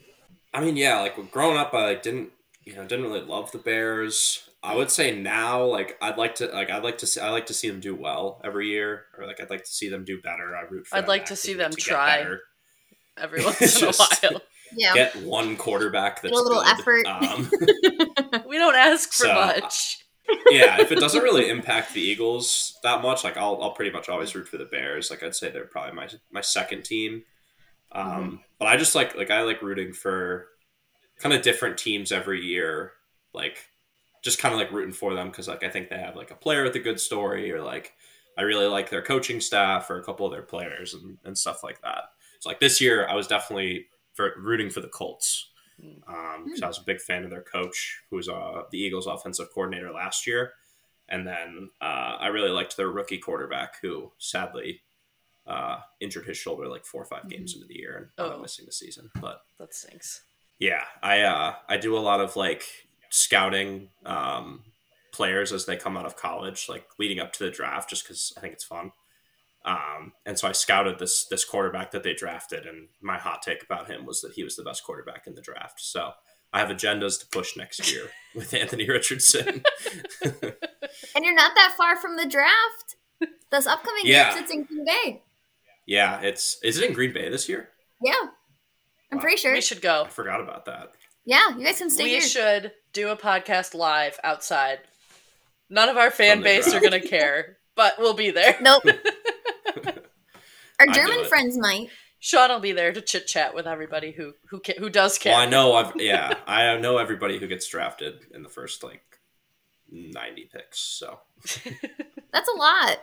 Speaker 3: I mean, yeah, like growing up, I like, didn't you know didn't really love the Bears. I would say now, like I'd like to like I'd like to see I like to see them do well every year, or like I'd like to see them do better. I root. for
Speaker 4: I'd
Speaker 3: them
Speaker 4: like to see
Speaker 3: actively
Speaker 4: them
Speaker 3: get
Speaker 4: try.
Speaker 3: better. (laughs)
Speaker 4: Every once in a
Speaker 3: Just-
Speaker 4: while, (laughs)
Speaker 5: Yeah.
Speaker 3: Get one quarterback that's
Speaker 5: a little
Speaker 3: good.
Speaker 5: effort.
Speaker 3: Um, (laughs)
Speaker 4: we don't ask for
Speaker 3: So, uh, I-
Speaker 4: much.
Speaker 3: yeah, if it doesn't really impact the Eagles that much, like I'll, I'll pretty much always root for the Bears. Like I'd say they're probably my my second team. Um,
Speaker 4: Mm-hmm.
Speaker 3: But I just like like I like rooting for kind of different teams every year. Like just kind of like rooting for them because like I think they have like a player with a good story or like I really like their coaching staff or a couple of their players and, and stuff like that. So like this year, I was definitely for, rooting for the Colts because I was a big fan of their coach, who was uh, the Eagles' offensive coordinator last year. And then uh, I really liked their rookie quarterback, who sadly uh, injured his shoulder like four or 5 games into the year and ended up
Speaker 4: Oh.
Speaker 3: missing the season. But
Speaker 4: That stinks.
Speaker 3: yeah, I uh, I do a lot of like scouting um, players as they come out of college, like leading up to the draft, just because I think it's fun. Um, and so I scouted this this quarterback that they drafted, and my hot take about him was that he was the best quarterback in the draft. So I have agendas to push next year with Anthony Richardson. (laughs)
Speaker 5: And you're not that far from the draft. This upcoming
Speaker 3: Yeah.
Speaker 5: draft, it's in Green Bay.
Speaker 3: yeah, it's is it in Green Bay this year?
Speaker 5: Yeah. I'm
Speaker 3: Wow.
Speaker 5: pretty sure.
Speaker 4: We should go.
Speaker 3: I forgot about that.
Speaker 5: yeah, you guys can stay
Speaker 4: we
Speaker 5: here.
Speaker 4: should do a podcast live outside. None of our fan
Speaker 3: the
Speaker 4: base are
Speaker 3: drive.
Speaker 4: gonna care, but we'll be there. (laughs)
Speaker 5: Nope. (laughs) Our
Speaker 3: do
Speaker 5: German
Speaker 3: it.
Speaker 5: friends might.
Speaker 4: Sean will be there to chit chat with everybody who who ca- who does care.
Speaker 3: Well, I know I've yeah, I know everybody who gets drafted in the first like ninety picks. So
Speaker 5: That's a lot.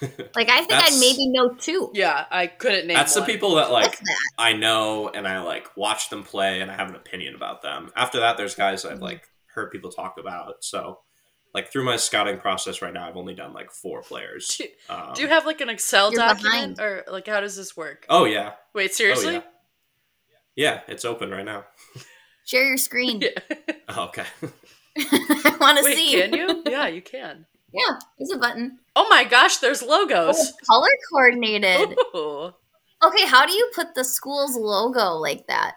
Speaker 3: (laughs)
Speaker 5: Like I think
Speaker 3: That's-
Speaker 5: I'd maybe know two.
Speaker 4: Yeah, I couldn't name.
Speaker 3: that's the
Speaker 4: one.
Speaker 3: people that
Speaker 5: What's
Speaker 4: (laughs)
Speaker 3: like
Speaker 5: that?
Speaker 3: I know and I like watch them play and I have an opinion about them. After that, there's guys
Speaker 4: Mm-hmm.
Speaker 3: I've like heard people talk about. So like through my scouting process right now, I've only done like four players.
Speaker 4: (laughs) Do,
Speaker 3: Um,
Speaker 4: do you have like an Excel
Speaker 5: You're
Speaker 4: document or like how does this work?
Speaker 3: Oh yeah,
Speaker 4: Wait, seriously?
Speaker 3: oh yeah, yeah. It's open right now. (laughs)
Speaker 5: Share your screen.
Speaker 3: Oh, okay.
Speaker 5: (laughs) I want to
Speaker 4: Wait,
Speaker 5: see. (laughs)
Speaker 4: can you? Yeah, you can.
Speaker 5: Yeah, there's a button. Oh,
Speaker 4: Oh my gosh, there's logos.
Speaker 5: Color
Speaker 4: Oh,
Speaker 5: coordinated.
Speaker 4: Ooh.
Speaker 5: Okay, how do you put the school's logo like that?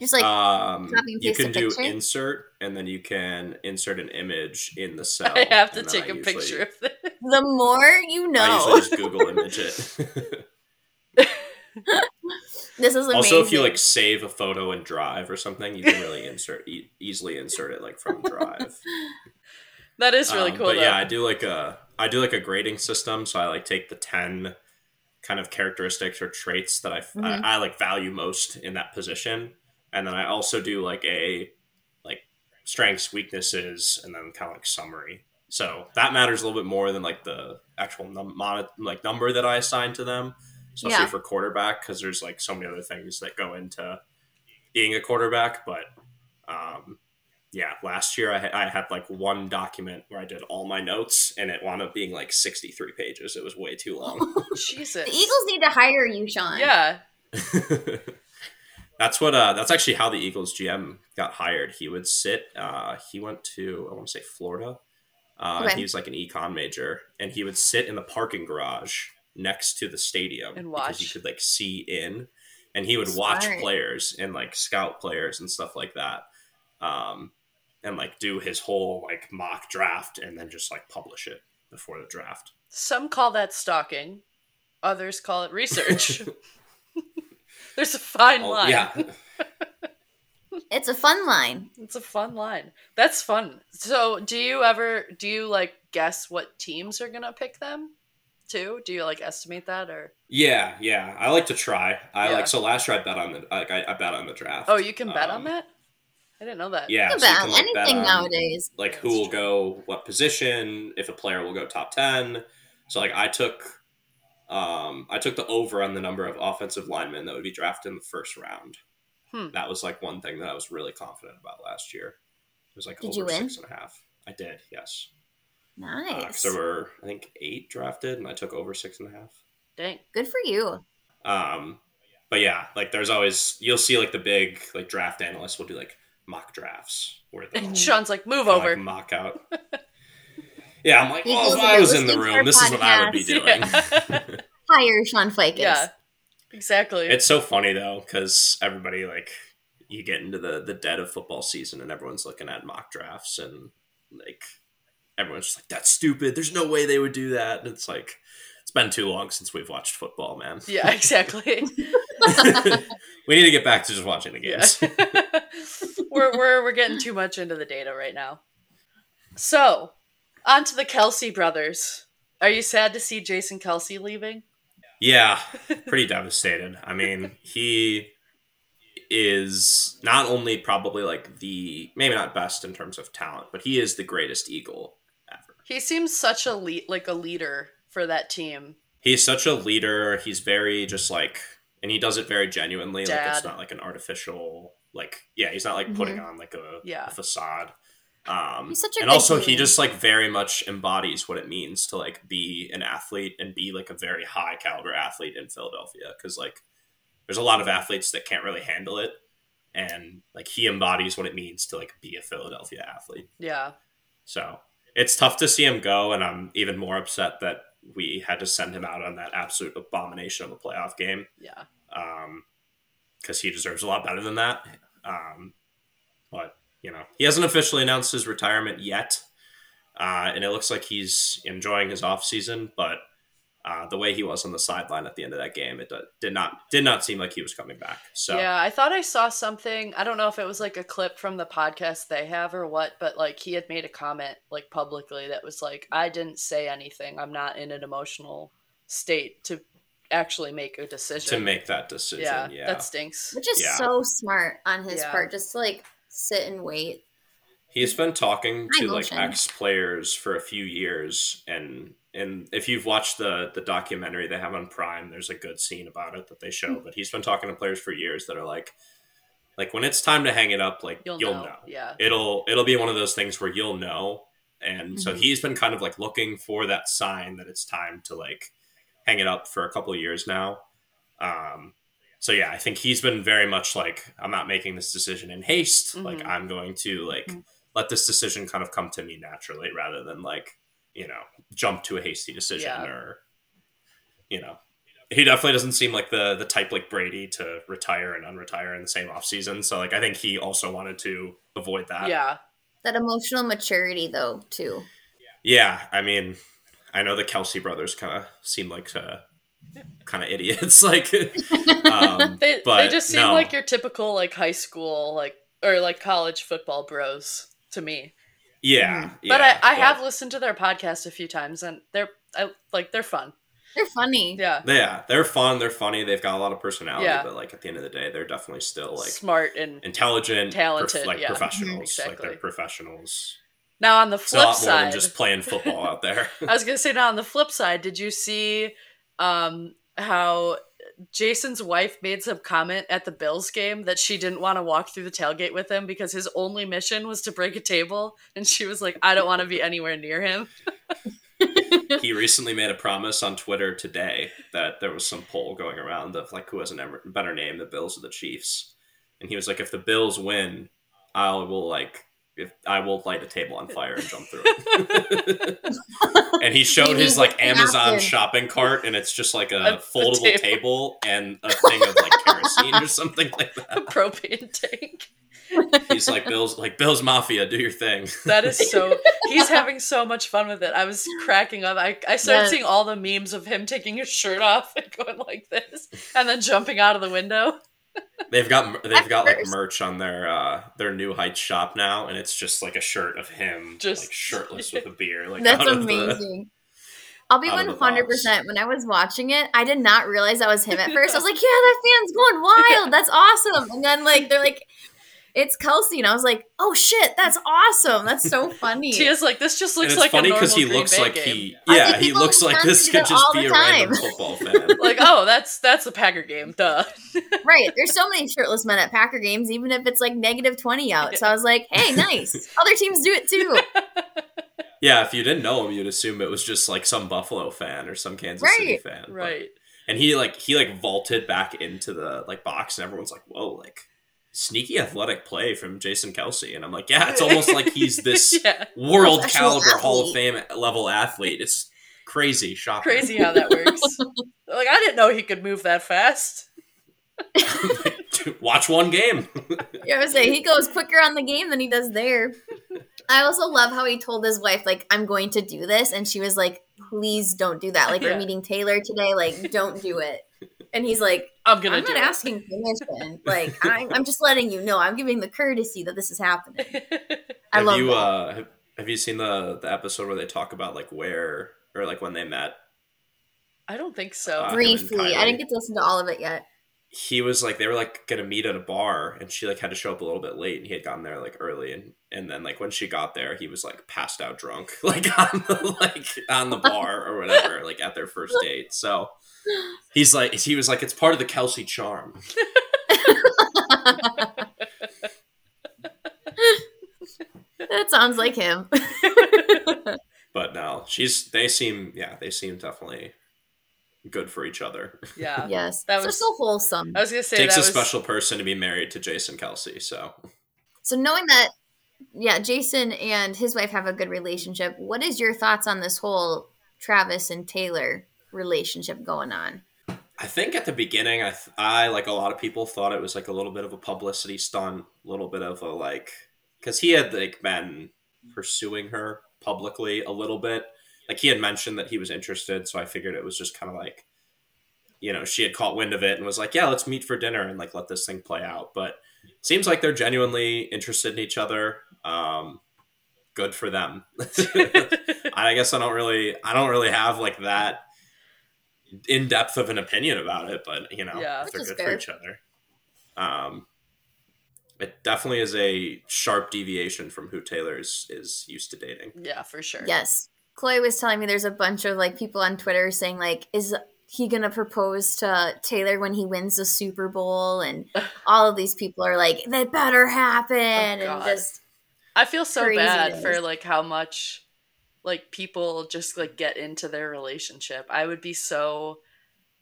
Speaker 5: Just like
Speaker 3: um,
Speaker 5: copy and
Speaker 3: you
Speaker 5: paste a
Speaker 3: can do
Speaker 4: eh?
Speaker 5: picture?
Speaker 3: insert and then you can insert an image in the cell.
Speaker 4: (laughs) I have to
Speaker 3: and then
Speaker 4: take
Speaker 3: I
Speaker 4: a
Speaker 3: usually-
Speaker 4: picture of (laughs) this.
Speaker 5: the more you
Speaker 3: I
Speaker 5: know.
Speaker 3: usually just Google image it.
Speaker 5: (laughs)
Speaker 3: (laughs)
Speaker 5: This is amazing.
Speaker 3: also, if you like save a photo in Drive or something, you can really insert e- easily insert it like from
Speaker 4: (laughs)
Speaker 3: Drive.
Speaker 4: That is really
Speaker 3: Um,
Speaker 4: cool.
Speaker 3: But
Speaker 4: though.
Speaker 3: yeah, I do like a I do like a grading system. So I like take the ten kind of characteristics or traits that I,
Speaker 4: Mm-hmm.
Speaker 5: Mhm.
Speaker 3: I I like value most in that position, and then I also do like a like strengths, weaknesses, and then kind of like summary. So that matters a little bit more than like the actual num- mon- like number that I assign to them, especially
Speaker 5: Yeah.
Speaker 3: for quarterback because there's like so many other things that go into being a quarterback. But um, yeah, last year I, ha- I had like one document where I did all my notes, and it wound up being like sixty three pages. It was way too long.
Speaker 4: Jesus.
Speaker 5: the Eagles need to hire you, Sean.
Speaker 4: Yeah.
Speaker 3: (laughs) that's what. Uh, that's actually how the Eagles GM got hired. He would sit. Uh, he went to I want to say Florida. Uh,
Speaker 5: Okay.
Speaker 3: He was like an econ major, and he would sit in the parking garage next to the stadium
Speaker 4: And
Speaker 3: because you
Speaker 4: watch.
Speaker 3: could like see in, and he would watch
Speaker 5: Smart.
Speaker 3: players and like scout players and stuff like that. Um, and like do his whole like mock draft and then just like publish it before the draft. (laughs)
Speaker 4: Some call that stalking. Others call it research. There's a fine
Speaker 3: Oh,
Speaker 4: line.
Speaker 3: yeah.
Speaker 5: It's a fun line.
Speaker 4: It's a fun line. That's fun. So, do you ever do you like guess what teams are going to pick them? Too? Do you like estimate that or
Speaker 3: Yeah, yeah. I like to try. I
Speaker 4: Yeah.
Speaker 3: like so last year I bet on the like I, I bet on the draft.
Speaker 4: Oh, you can bet on
Speaker 3: Um,
Speaker 4: that? I didn't know that.
Speaker 3: Yeah,
Speaker 5: Think
Speaker 3: so you
Speaker 5: about
Speaker 3: can, like, bet
Speaker 5: anything
Speaker 3: on,
Speaker 5: nowadays.
Speaker 3: Like who
Speaker 4: That's
Speaker 3: will
Speaker 4: true.
Speaker 3: go what position, if a player will go top ten. So like I took um I took the over on the number of offensive linemen that would be drafted in the first round.
Speaker 4: Hmm.
Speaker 3: That was like one thing that I was really confident about last year. It was like
Speaker 5: Did
Speaker 3: over
Speaker 5: you win?
Speaker 3: six and a half. I did, yes. Uh, 'cause
Speaker 5: Nice.
Speaker 3: there were I think eight drafted and I took over six and a half. (laughs)
Speaker 4: Dang. (laughs)
Speaker 5: Good for you.
Speaker 3: Um, but yeah, like there's always you'll see like the big like draft analysts will do like mock drafts where they
Speaker 4: And Sean's like, move
Speaker 3: like,
Speaker 4: over.
Speaker 3: mock out. (laughs) yeah, I'm like,
Speaker 5: You guys
Speaker 3: well, if
Speaker 5: have
Speaker 3: I
Speaker 5: been
Speaker 3: was in the
Speaker 5: listening to
Speaker 3: room,
Speaker 5: our
Speaker 3: this is what I would be doing.
Speaker 4: (laughs) podcast,
Speaker 5: Hire Sean Fikes.
Speaker 4: Yeah.
Speaker 3: (laughs)
Speaker 4: Exactly.
Speaker 3: it's so funny though because everybody like you get into the the dead of football season and everyone's looking at mock drafts and like everyone's just like that's stupid. There's no way they would do that. And it's like it's been too long since we've watched football, man.
Speaker 4: yeah, (laughs) exactly.
Speaker 3: (laughs) we need to get back to just watching the games.
Speaker 4: Yeah. (laughs) we're, we're we're getting too much into the data right now. So, on to the Kelsey brothers. Are you sad to see Jason Kelsey leaving?
Speaker 3: Yeah, pretty devastated. I mean, he is not only probably like the maybe not best in terms of talent, but he is the greatest Eagle ever.
Speaker 4: He seems such a le- like a leader for that team.
Speaker 3: He's such a leader. He's very just like, and he does it very genuinely. Like
Speaker 4: Dad.
Speaker 3: it's not like an artificial like yeah. He's not like putting on like a,
Speaker 4: Yeah.
Speaker 3: a facade. Um,
Speaker 5: Mm-hmm. He's such a
Speaker 3: and
Speaker 5: good
Speaker 3: also he
Speaker 5: dude.
Speaker 3: just like very much embodies what it means to like be an athlete and be like a very high caliber athlete in Philadelphia because like there's a lot of athletes that can't really handle it and like he embodies what it means to like be a Philadelphia athlete.
Speaker 4: Yeah.
Speaker 3: So it's tough to see him go, and I'm even more upset that we had to send him out on that absolute abomination of a playoff game
Speaker 4: Yeah.
Speaker 3: because he deserves a lot better than that. Um, but you know, he hasn't officially announced his retirement yet, uh, and it looks like he's enjoying his off season. But uh, the way he was on the sideline at the end of that game, it do- did not did not seem like he was coming back. So
Speaker 4: Yeah, I thought I saw something. I don't know if it was like a clip from the podcast they have or what, but like he had made a comment like publicly that was like, I didn't say anything. I'm not in an emotional state to actually make a decision.
Speaker 3: to make that decision,
Speaker 4: yeah,
Speaker 3: yeah,
Speaker 4: that stinks.
Speaker 5: Which is
Speaker 3: Yeah.
Speaker 5: so smart on his
Speaker 4: Yeah.
Speaker 5: part. Just to, like sit and wait.
Speaker 3: He's been talking
Speaker 5: My
Speaker 3: to like
Speaker 5: emotion.
Speaker 3: ex players for a few years, and and if you've watched the the documentary they have on Prime, there's a good scene about it that they
Speaker 4: Hmm.
Speaker 3: show. But he's been talking to players for years that are like, like when it's time to hang it up, like
Speaker 4: You'll, know. Yeah.
Speaker 3: It'll it'll be one of those things where you'll know. And so
Speaker 4: Mm-hmm.
Speaker 5: Mhm.
Speaker 3: he's been kind of like looking for that sign that it's time to like hang it up for a couple of years now. Um, so yeah, I think he's been very much like I'm not making this decision in haste. Like
Speaker 4: Mhm.
Speaker 3: I'm going to like
Speaker 4: Mhm.
Speaker 3: let this decision kind of come to me naturally rather than like you know jump to a hasty decision
Speaker 4: Yeah.
Speaker 3: or you know he definitely doesn't seem like the the type like Brady to retire and unretire in the same offseason. So like I think he also wanted to avoid that.
Speaker 4: yeah.
Speaker 5: That emotional maturity though, too.
Speaker 3: Yeah, I mean, I know the Kelsey brothers kind of seem like uh, kind of idiots. (laughs) Like, um,
Speaker 4: (laughs) They,
Speaker 3: but
Speaker 4: they just seem
Speaker 3: no.
Speaker 4: like your typical like high school like or like college football bros to me.
Speaker 3: yeah,
Speaker 4: Mm. but I,
Speaker 3: yeah,
Speaker 4: I have listened to their podcast a few times and they're I, like they're fun.
Speaker 5: They're funny.
Speaker 4: Yeah.
Speaker 3: Yeah, they're fun. They're funny. They've got a lot of personality.
Speaker 4: Yeah.
Speaker 3: But like at the end of the day, they're definitely still like
Speaker 4: Smart and
Speaker 3: intelligent,
Speaker 4: Talented,
Speaker 3: like
Speaker 4: yeah.
Speaker 3: professionals. Like
Speaker 4: Exactly.
Speaker 3: they're professionals.
Speaker 4: now on the
Speaker 3: It's a
Speaker 4: flip
Speaker 3: lot more than
Speaker 4: side.
Speaker 3: just playing football out
Speaker 4: (laughs)
Speaker 3: there.
Speaker 4: I was gonna say now on the flip side, did you see um how Jason's wife made some comment at the Bills game that she didn't want to walk through the tailgate with him because his only mission was to break a table and she was like, I don't want to be anywhere near him.
Speaker 3: he recently made a promise on Twitter today that there was some poll going around of like who has a never- better name, the Bills or the Chiefs, and he was like, if the Bills win, I will like if I will light a table on fire and jump through it. and he showed
Speaker 5: Maybe
Speaker 3: his like
Speaker 5: it's
Speaker 3: Amazon
Speaker 5: massive.
Speaker 3: shopping cart, and it's just like
Speaker 4: A-
Speaker 3: a,
Speaker 4: a
Speaker 3: foldable
Speaker 4: table.
Speaker 3: table.
Speaker 4: (laughs)
Speaker 3: and a thing of like kerosene or something like that.
Speaker 4: A propane tank.
Speaker 3: He's like Bill's like Bill's Mafia, do your thing.
Speaker 4: That is so. He's having so much fun with it. I was cracking up. I, I started
Speaker 5: Yeah.
Speaker 4: seeing all the memes of him taking his shirt off (laughs) and going like this, and then jumping out of the window.
Speaker 3: They've got they've
Speaker 5: At
Speaker 3: got like
Speaker 5: first.
Speaker 3: merch on their uh their new Heights shop now, and it's just like a shirt of him
Speaker 4: Just-
Speaker 3: like shirtless
Speaker 4: (laughs)
Speaker 3: with a beer. Like
Speaker 5: That's
Speaker 3: out of the-
Speaker 5: amazing. I'll be
Speaker 3: out of the
Speaker 5: one
Speaker 3: box.
Speaker 5: hundred percent. When I was watching it, I did not realize that was him at first. I was like, "Yeah, that fan's going wild. That's awesome!" And then like they're like, "It's Kelsey," and I was like, "Oh shit, that's awesome. That's so
Speaker 3: (laughs)
Speaker 5: funny."
Speaker 4: Tia's like, this just looks
Speaker 3: and it's
Speaker 4: like
Speaker 3: funny
Speaker 4: a normal
Speaker 3: because he
Speaker 4: Green
Speaker 3: looks
Speaker 4: Bay
Speaker 3: like
Speaker 4: game.
Speaker 3: he
Speaker 5: I
Speaker 3: yeah
Speaker 5: think
Speaker 3: he
Speaker 5: people
Speaker 3: looks like this
Speaker 5: respond
Speaker 3: could
Speaker 5: to
Speaker 3: just
Speaker 5: that
Speaker 3: be
Speaker 5: all
Speaker 3: a
Speaker 5: the
Speaker 3: random
Speaker 5: time.
Speaker 3: football fan.
Speaker 4: (laughs)
Speaker 3: (laughs)
Speaker 4: Like, oh, that's that's a Packer game, duh.
Speaker 5: right? There's so many shirtless men at Packer games, even if it's like negative twenty out. So I was like, "Hey, nice. Other teams do it too."
Speaker 3: yeah, if you didn't know him, you'd assume it was just like some Buffalo fan or some Kansas City
Speaker 5: Right.
Speaker 3: fan. but-
Speaker 4: Right.
Speaker 3: and he like he like vaulted back into the like box, and everyone's like, "Whoa!" Like sneaky athletic play from Jason Kelsey, and I'm like, "Yeah, it's almost like
Speaker 4: (laughs)
Speaker 3: he's this
Speaker 4: yeah.
Speaker 3: world
Speaker 5: Professional
Speaker 3: caliber Hall of Fame level athlete." It's crazy, shocking.
Speaker 4: Crazy how that works. like, I didn't know he could move that fast.
Speaker 3: (laughs) Watch one game.
Speaker 5: Yeah, I was say he goes quicker on the game than he does there. I also love how he told his wife, like, I'm going to do this, and she was like, Please don't do that. Like,
Speaker 4: Yeah.
Speaker 5: we're meeting Taylor today, like, don't do it. And he's like,
Speaker 4: I'm gonna
Speaker 5: I'm
Speaker 4: do
Speaker 5: not asking permission. Like, I'm, I'm just letting you know. I'm giving the courtesy that this is happening.
Speaker 4: it.
Speaker 5: I
Speaker 3: have
Speaker 5: love
Speaker 3: you
Speaker 5: that.
Speaker 3: uh have, have you seen the the episode where they talk about like where or like when they met?
Speaker 4: (laughs) I don't think so.
Speaker 3: Uh, him and
Speaker 5: briefly. I
Speaker 3: Kylie.
Speaker 5: didn't get to listen to all of it yet.
Speaker 3: He was like they were like gonna meet at a bar and she like had to show up a little bit late and he had gotten there like early and and then like when she got there he was like passed out drunk (laughs) like on the like on the bar or whatever like at
Speaker 5: (laughs)
Speaker 3: their first date. So he's like he was like it's part of the Kelsey charm.
Speaker 5: That sounds like him.
Speaker 3: But no, she's they seem yeah, they seem definitely good for each other.
Speaker 4: yeah.
Speaker 5: (laughs) yes.
Speaker 4: that
Speaker 5: That was
Speaker 4: was-
Speaker 5: so wholesome.
Speaker 4: I was gonna say
Speaker 3: Takes
Speaker 4: that
Speaker 3: a
Speaker 4: was
Speaker 3: special person to be married to Jason Kelsey, so
Speaker 5: So knowing that, yeah, Jason and his wife have a good relationship. What is your thoughts on this whole Travis and Taylor relationship going on?
Speaker 3: I think at the beginning, I, th- I like a lot of people thought it was like a little bit of a publicity stunt, a little bit of a like, because he had like been pursuing her publicly a little bit. Like he had mentioned that he was interested, so I figured it was just kind of like, you know, she had caught wind of it and was like, yeah, let's meet for dinner and like let this thing play out. But seems like they're genuinely interested in each other. Um, good for them. (laughs) I guess I don't really I don't really have like that in depth of an opinion about it, but you know,
Speaker 4: Yeah.
Speaker 3: if they're
Speaker 5: Which is
Speaker 3: good for
Speaker 5: fair.
Speaker 3: each other. Um it definitely is a sharp deviation from who Taylor is, is used to dating.
Speaker 4: (laughs) yeah, for sure.
Speaker 5: Yes. Chloe was telling me there's a bunch of like people on Twitter saying like is he going to propose to Taylor when he wins the Super Bowl
Speaker 3: (laughs)
Speaker 5: and all of these people are like that better happen and
Speaker 3: Oh,
Speaker 4: God.
Speaker 5: just
Speaker 4: I feel so bad
Speaker 5: Craziness.
Speaker 4: for like how much like people just like get into their relationship. I would be so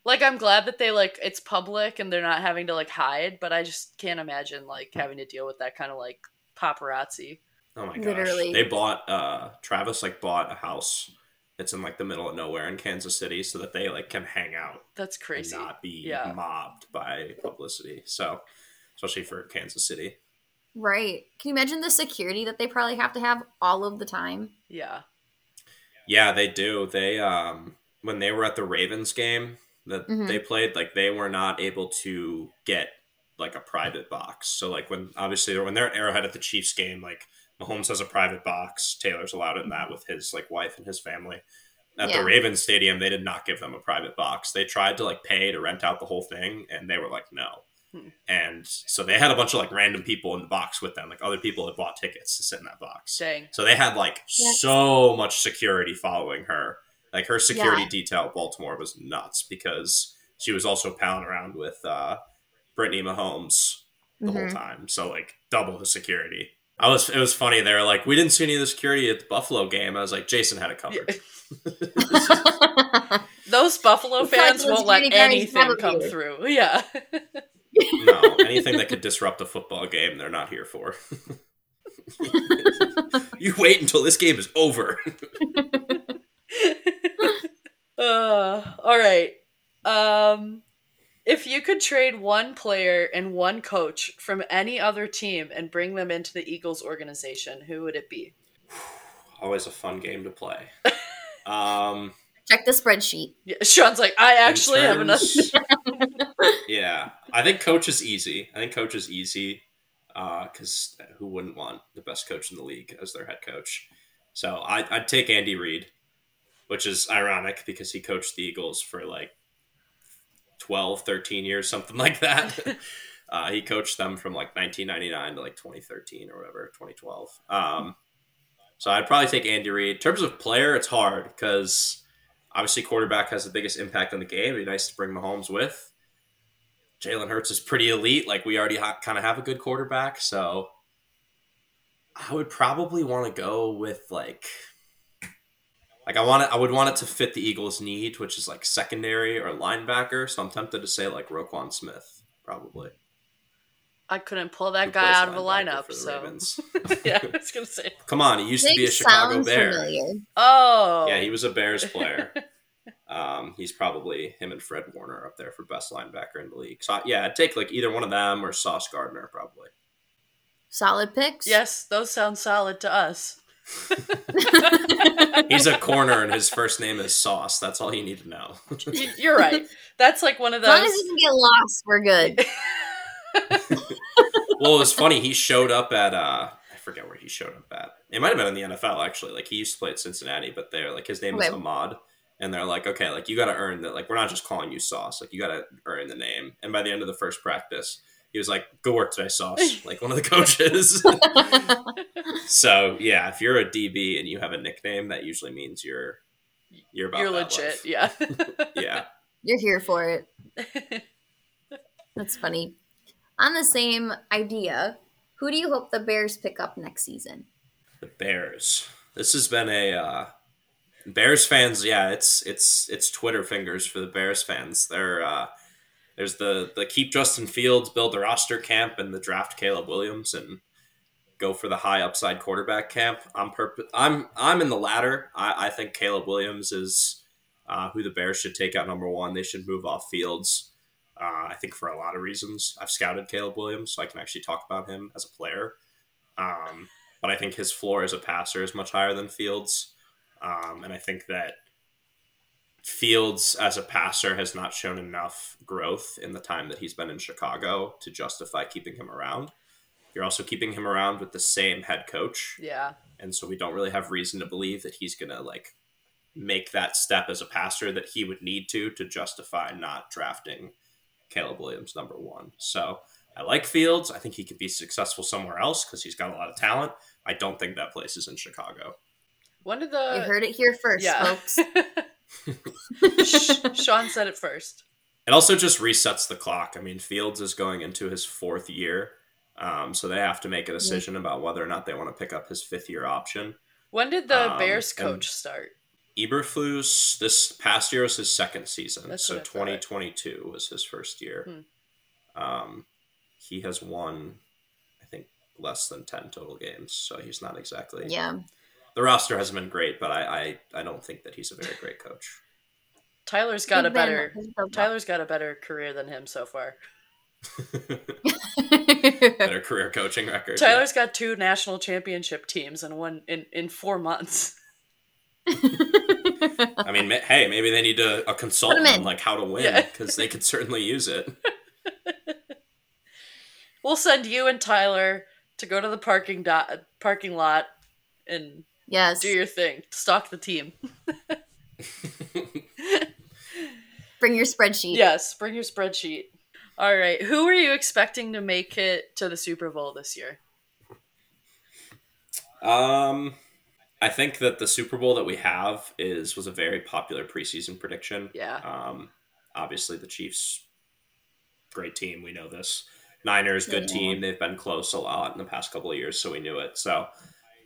Speaker 4: like I'm glad that they like it's public and they're not having to like hide, but I just can't imagine like having to deal with that kind of like paparazzi.
Speaker 3: Oh my gosh.
Speaker 5: Literally.
Speaker 3: They bought uh Travis like bought a house that's in like the middle of nowhere in Kansas City so that they like can hang out
Speaker 4: That's
Speaker 3: and
Speaker 4: crazy.
Speaker 3: not be
Speaker 4: Yeah.
Speaker 3: mobbed by publicity. So especially for Kansas City.
Speaker 5: right. Can you imagine the security that they probably have to have all of the time?
Speaker 4: Yeah.
Speaker 3: Yeah, they do. They um when they were at the Ravens game that
Speaker 5: Mhm.
Speaker 3: they played, like they were not able to get like a private box. So like when obviously when they're at Arrowhead at the Chiefs game, like Mahomes has a private box. Taylor's allowed in that with his like wife and his family. At
Speaker 5: Yeah.
Speaker 3: the Ravens stadium, they did not give them a private box. They tried to like pay to rent out the whole thing, and they were like, no.
Speaker 4: Hmm.
Speaker 3: And so they had a bunch of like random people in the box with them. Like other people had bought tickets to sit in that box.
Speaker 4: Dang.
Speaker 3: So they had like
Speaker 5: Yes.
Speaker 3: so much security following her. Like her security
Speaker 5: Yeah.
Speaker 3: detail at Baltimore was nuts because she was also pounding around with uh, Brittany Mahomes the whole
Speaker 5: Mhm.
Speaker 3: time. So like double the security. I was it was funny. They were like, we didn't see any of the security at the Buffalo game. I was like, Jason had it covered.
Speaker 5: (laughs) Mm-hmm.
Speaker 4: Those Buffalo
Speaker 5: It's like
Speaker 4: fans
Speaker 5: those
Speaker 4: won't let
Speaker 5: security guards
Speaker 4: anything
Speaker 5: have
Speaker 4: come
Speaker 5: you.
Speaker 4: through. (laughs) Yeah.
Speaker 3: no, anything that could disrupt a football game, they're not here for. (laughs) you wait until this game is over. (sighs)
Speaker 4: (laughs) uh, all right. Um If you could trade one player and one coach from any other team and bring them into the Eagles organization, who would it be?
Speaker 3: Always a fun game to play. Um,
Speaker 5: (laughs) Check the spreadsheet.
Speaker 4: Yeah, (laughs) Sean's like, I actually have enough. (laughs)
Speaker 3: yeah, I think coach is easy. I think coach is easy because who wouldn't want the best coach in the league as their head coach? So I, I'd take Andy Reid, which is ironic because he coached the Eagles for like 12, 13 years, something (laughs) like that.
Speaker 4: (laughs)
Speaker 3: uh, he coached them from like 1999 to like 2013 or whatever, 2012. Um, so I'd probably take Andy Reid. In terms of player, it's hard because obviously quarterback has the biggest impact on the game. It'd be nice to bring Mahomes with. Jalen Hurts is pretty elite. Like we already ha- kind of have a good quarterback, so I would probably want to go with like, like I want it. I would want it to fit the Eagles' need, which is like secondary or linebacker. So I'm tempted to say like Roquan Smith, probably.
Speaker 4: I couldn't pull
Speaker 3: who
Speaker 4: that guy
Speaker 3: plays
Speaker 4: out of a
Speaker 3: linebacker
Speaker 4: lineup.
Speaker 3: for the
Speaker 4: So
Speaker 3: Ravens. (laughs)
Speaker 4: (laughs) yeah, I was gonna say.
Speaker 3: come on, he used to be a
Speaker 5: Pig
Speaker 3: Chicago
Speaker 5: sounds
Speaker 3: Bear.
Speaker 5: familiar.
Speaker 4: Oh,
Speaker 3: Yeah, he was a Bears player. um, he's probably him and Fred Warner up there for best linebacker in the league. So yeah, I'd take like either one of them or Sauce Gardner probably.
Speaker 5: Solid picks.
Speaker 4: yes, those sound solid to us.
Speaker 3: He's a corner and his first name is Sauce. That's all you need to know.
Speaker 4: Y- You're right. That's like one of
Speaker 5: As long as
Speaker 4: those.
Speaker 5: you can get lost, we're good.
Speaker 4: (laughs)
Speaker 3: well, it's funny. He showed up at uh, I forget where he showed up at. It might have been in the NFL actually. Like he used to play at Cincinnati, but they're like his name is
Speaker 5: Okay.
Speaker 3: Ahmad, and they're like, okay, like you got to earn that. Like we're not just calling you Sauce. Like you got to earn the name. And by the end of the first practice, he was like, "Go work today, Sauce."
Speaker 4: (laughs)
Speaker 3: Like one of the coaches. so yeah, if you're a DB and you have a nickname, that usually means you're you're about
Speaker 4: You're
Speaker 3: that
Speaker 4: legit.
Speaker 3: life.
Speaker 4: Yeah. (laughs)
Speaker 3: Yeah.
Speaker 5: You're here for it. That's funny. On the same idea, who do you hope the Bears pick up next season?
Speaker 3: The Bears. This has been a uh, Bears fans. Yeah, it's it's it's Twitter fingers for the Bears fans. They're uh, there's the the keep Justin Fields, build the roster camp, and the draft Caleb Williams and go for the high upside quarterback camp. I'm perp- I'm I'm in the latter. I, I think Caleb Williams is uh, who the Bears should take out number one. They should move off Fields. Uh, I think for a lot of reasons. I've scouted Caleb Williams, so I can actually talk about him as a player. Um, but I think his floor as a passer is much higher than Fields. Um, and I think that Fields as a passer has not shown enough growth in the time that he's been in Chicago to justify keeping him around. You're also keeping him around with the same head coach,
Speaker 4: yeah.
Speaker 3: and so we don't really have reason to believe that he's going to like make that step as a passer that he would need to to justify not drafting Caleb Williams number one. So I like Fields. I think he could be successful somewhere else because he's got a lot of talent. I don't think that place is in Chicago.
Speaker 4: One of
Speaker 5: You
Speaker 4: the.
Speaker 5: heard it here first,
Speaker 4: Uh, yeah. (laughs)
Speaker 5: folks.
Speaker 4: Sh- Sean said it first.
Speaker 3: It also just resets the clock. I mean, Fields is going into his fourth year, um, so they have to make a decision about whether or not they want to pick up his fifth year option.
Speaker 4: When did the
Speaker 3: Um,
Speaker 4: Bears
Speaker 3: and-
Speaker 4: coach start?
Speaker 3: Eberflus, this past year was his second season,
Speaker 4: That's
Speaker 3: so
Speaker 4: what I thought. Hmm.
Speaker 3: 2022 was his first year. Um, he has won, I think, less than 10 total games, so he's not exactly.
Speaker 5: Yeah.
Speaker 3: The roster hasn't been great, but I, I, I don't think that he's a very great coach.
Speaker 4: (laughs) Tyler's got a
Speaker 5: Big
Speaker 4: better.
Speaker 5: Ben.
Speaker 4: Tyler's got a better career than him so far.
Speaker 3: Better career coaching record. yeah.
Speaker 4: Tyler's got two national championship teams in one in in four months. (laughs)
Speaker 3: I mean, ma- hey, maybe they need a, a consultant
Speaker 5: in.
Speaker 3: on like how to win
Speaker 4: Yeah.
Speaker 3: because they could certainly use it.
Speaker 4: We'll send you and Tyler to go to the parking dot parking lot and
Speaker 5: (laughs) yes.
Speaker 4: do your thing. Stalk the team.
Speaker 5: Bring your spreadsheet.
Speaker 4: Yes, bring your spreadsheet. All right, who are you expecting to make it to the Super Bowl this year?
Speaker 3: Um, I think that the Super Bowl that we have is was a very popular preseason prediction.
Speaker 4: Yeah.
Speaker 3: Um, obviously the Chiefs, great team. We know this. Niners, good team. They've been close a lot in the past couple of years, so we knew it. So,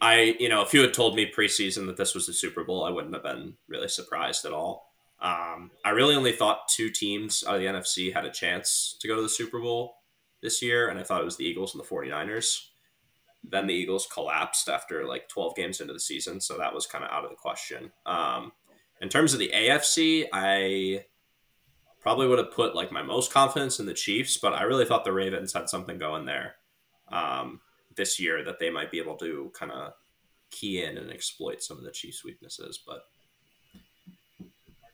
Speaker 3: I, you know, if you had told me preseason that this was the Super Bowl, I wouldn't have been really surprised at all. Um, I really only thought two teams out of the NFC had a chance to go to the Super Bowl this year, and I thought it was the Eagles and the 49ers. Then the Eagles collapsed after like 12 games into the season, so that was kind of out of the question. Um, in terms of the AFC, I Probably would have put like my most confidence in the Chiefs, but I really thought the Ravens had something going there um, this year that they might be able to kind of key in and exploit some of the Chiefs' weaknesses. But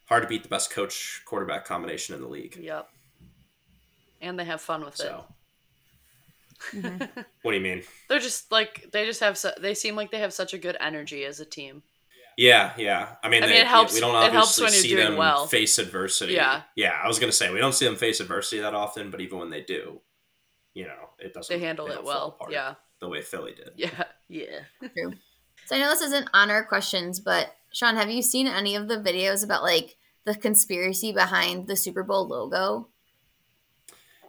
Speaker 3: hard to beat the best coach quarterback combination in the league.
Speaker 4: Yep. And they have fun with it.
Speaker 3: So, (laughs) what do you mean?
Speaker 4: They're just like they just have. Su- they seem like they have such a good energy as a team.
Speaker 3: Yeah, yeah. I mean,
Speaker 4: I mean,
Speaker 3: they-
Speaker 4: it helps-
Speaker 3: We don't
Speaker 4: it
Speaker 3: obviously
Speaker 4: helps when you're
Speaker 3: see
Speaker 4: doing
Speaker 3: them
Speaker 4: well.
Speaker 3: face adversity.
Speaker 4: Yeah.
Speaker 3: yeah. I was gonna say we don't see them face adversity that often, but even when they do, you know, it doesn't.
Speaker 4: They handle
Speaker 3: don't
Speaker 4: it
Speaker 3: fall
Speaker 4: well.
Speaker 3: apart
Speaker 4: Yeah,
Speaker 3: the way Philly did.
Speaker 4: yeah, yeah.
Speaker 5: True. So I know this isn't on our questions, but Sean, have you seen any of the videos about like the conspiracy behind the Super Bowl logo?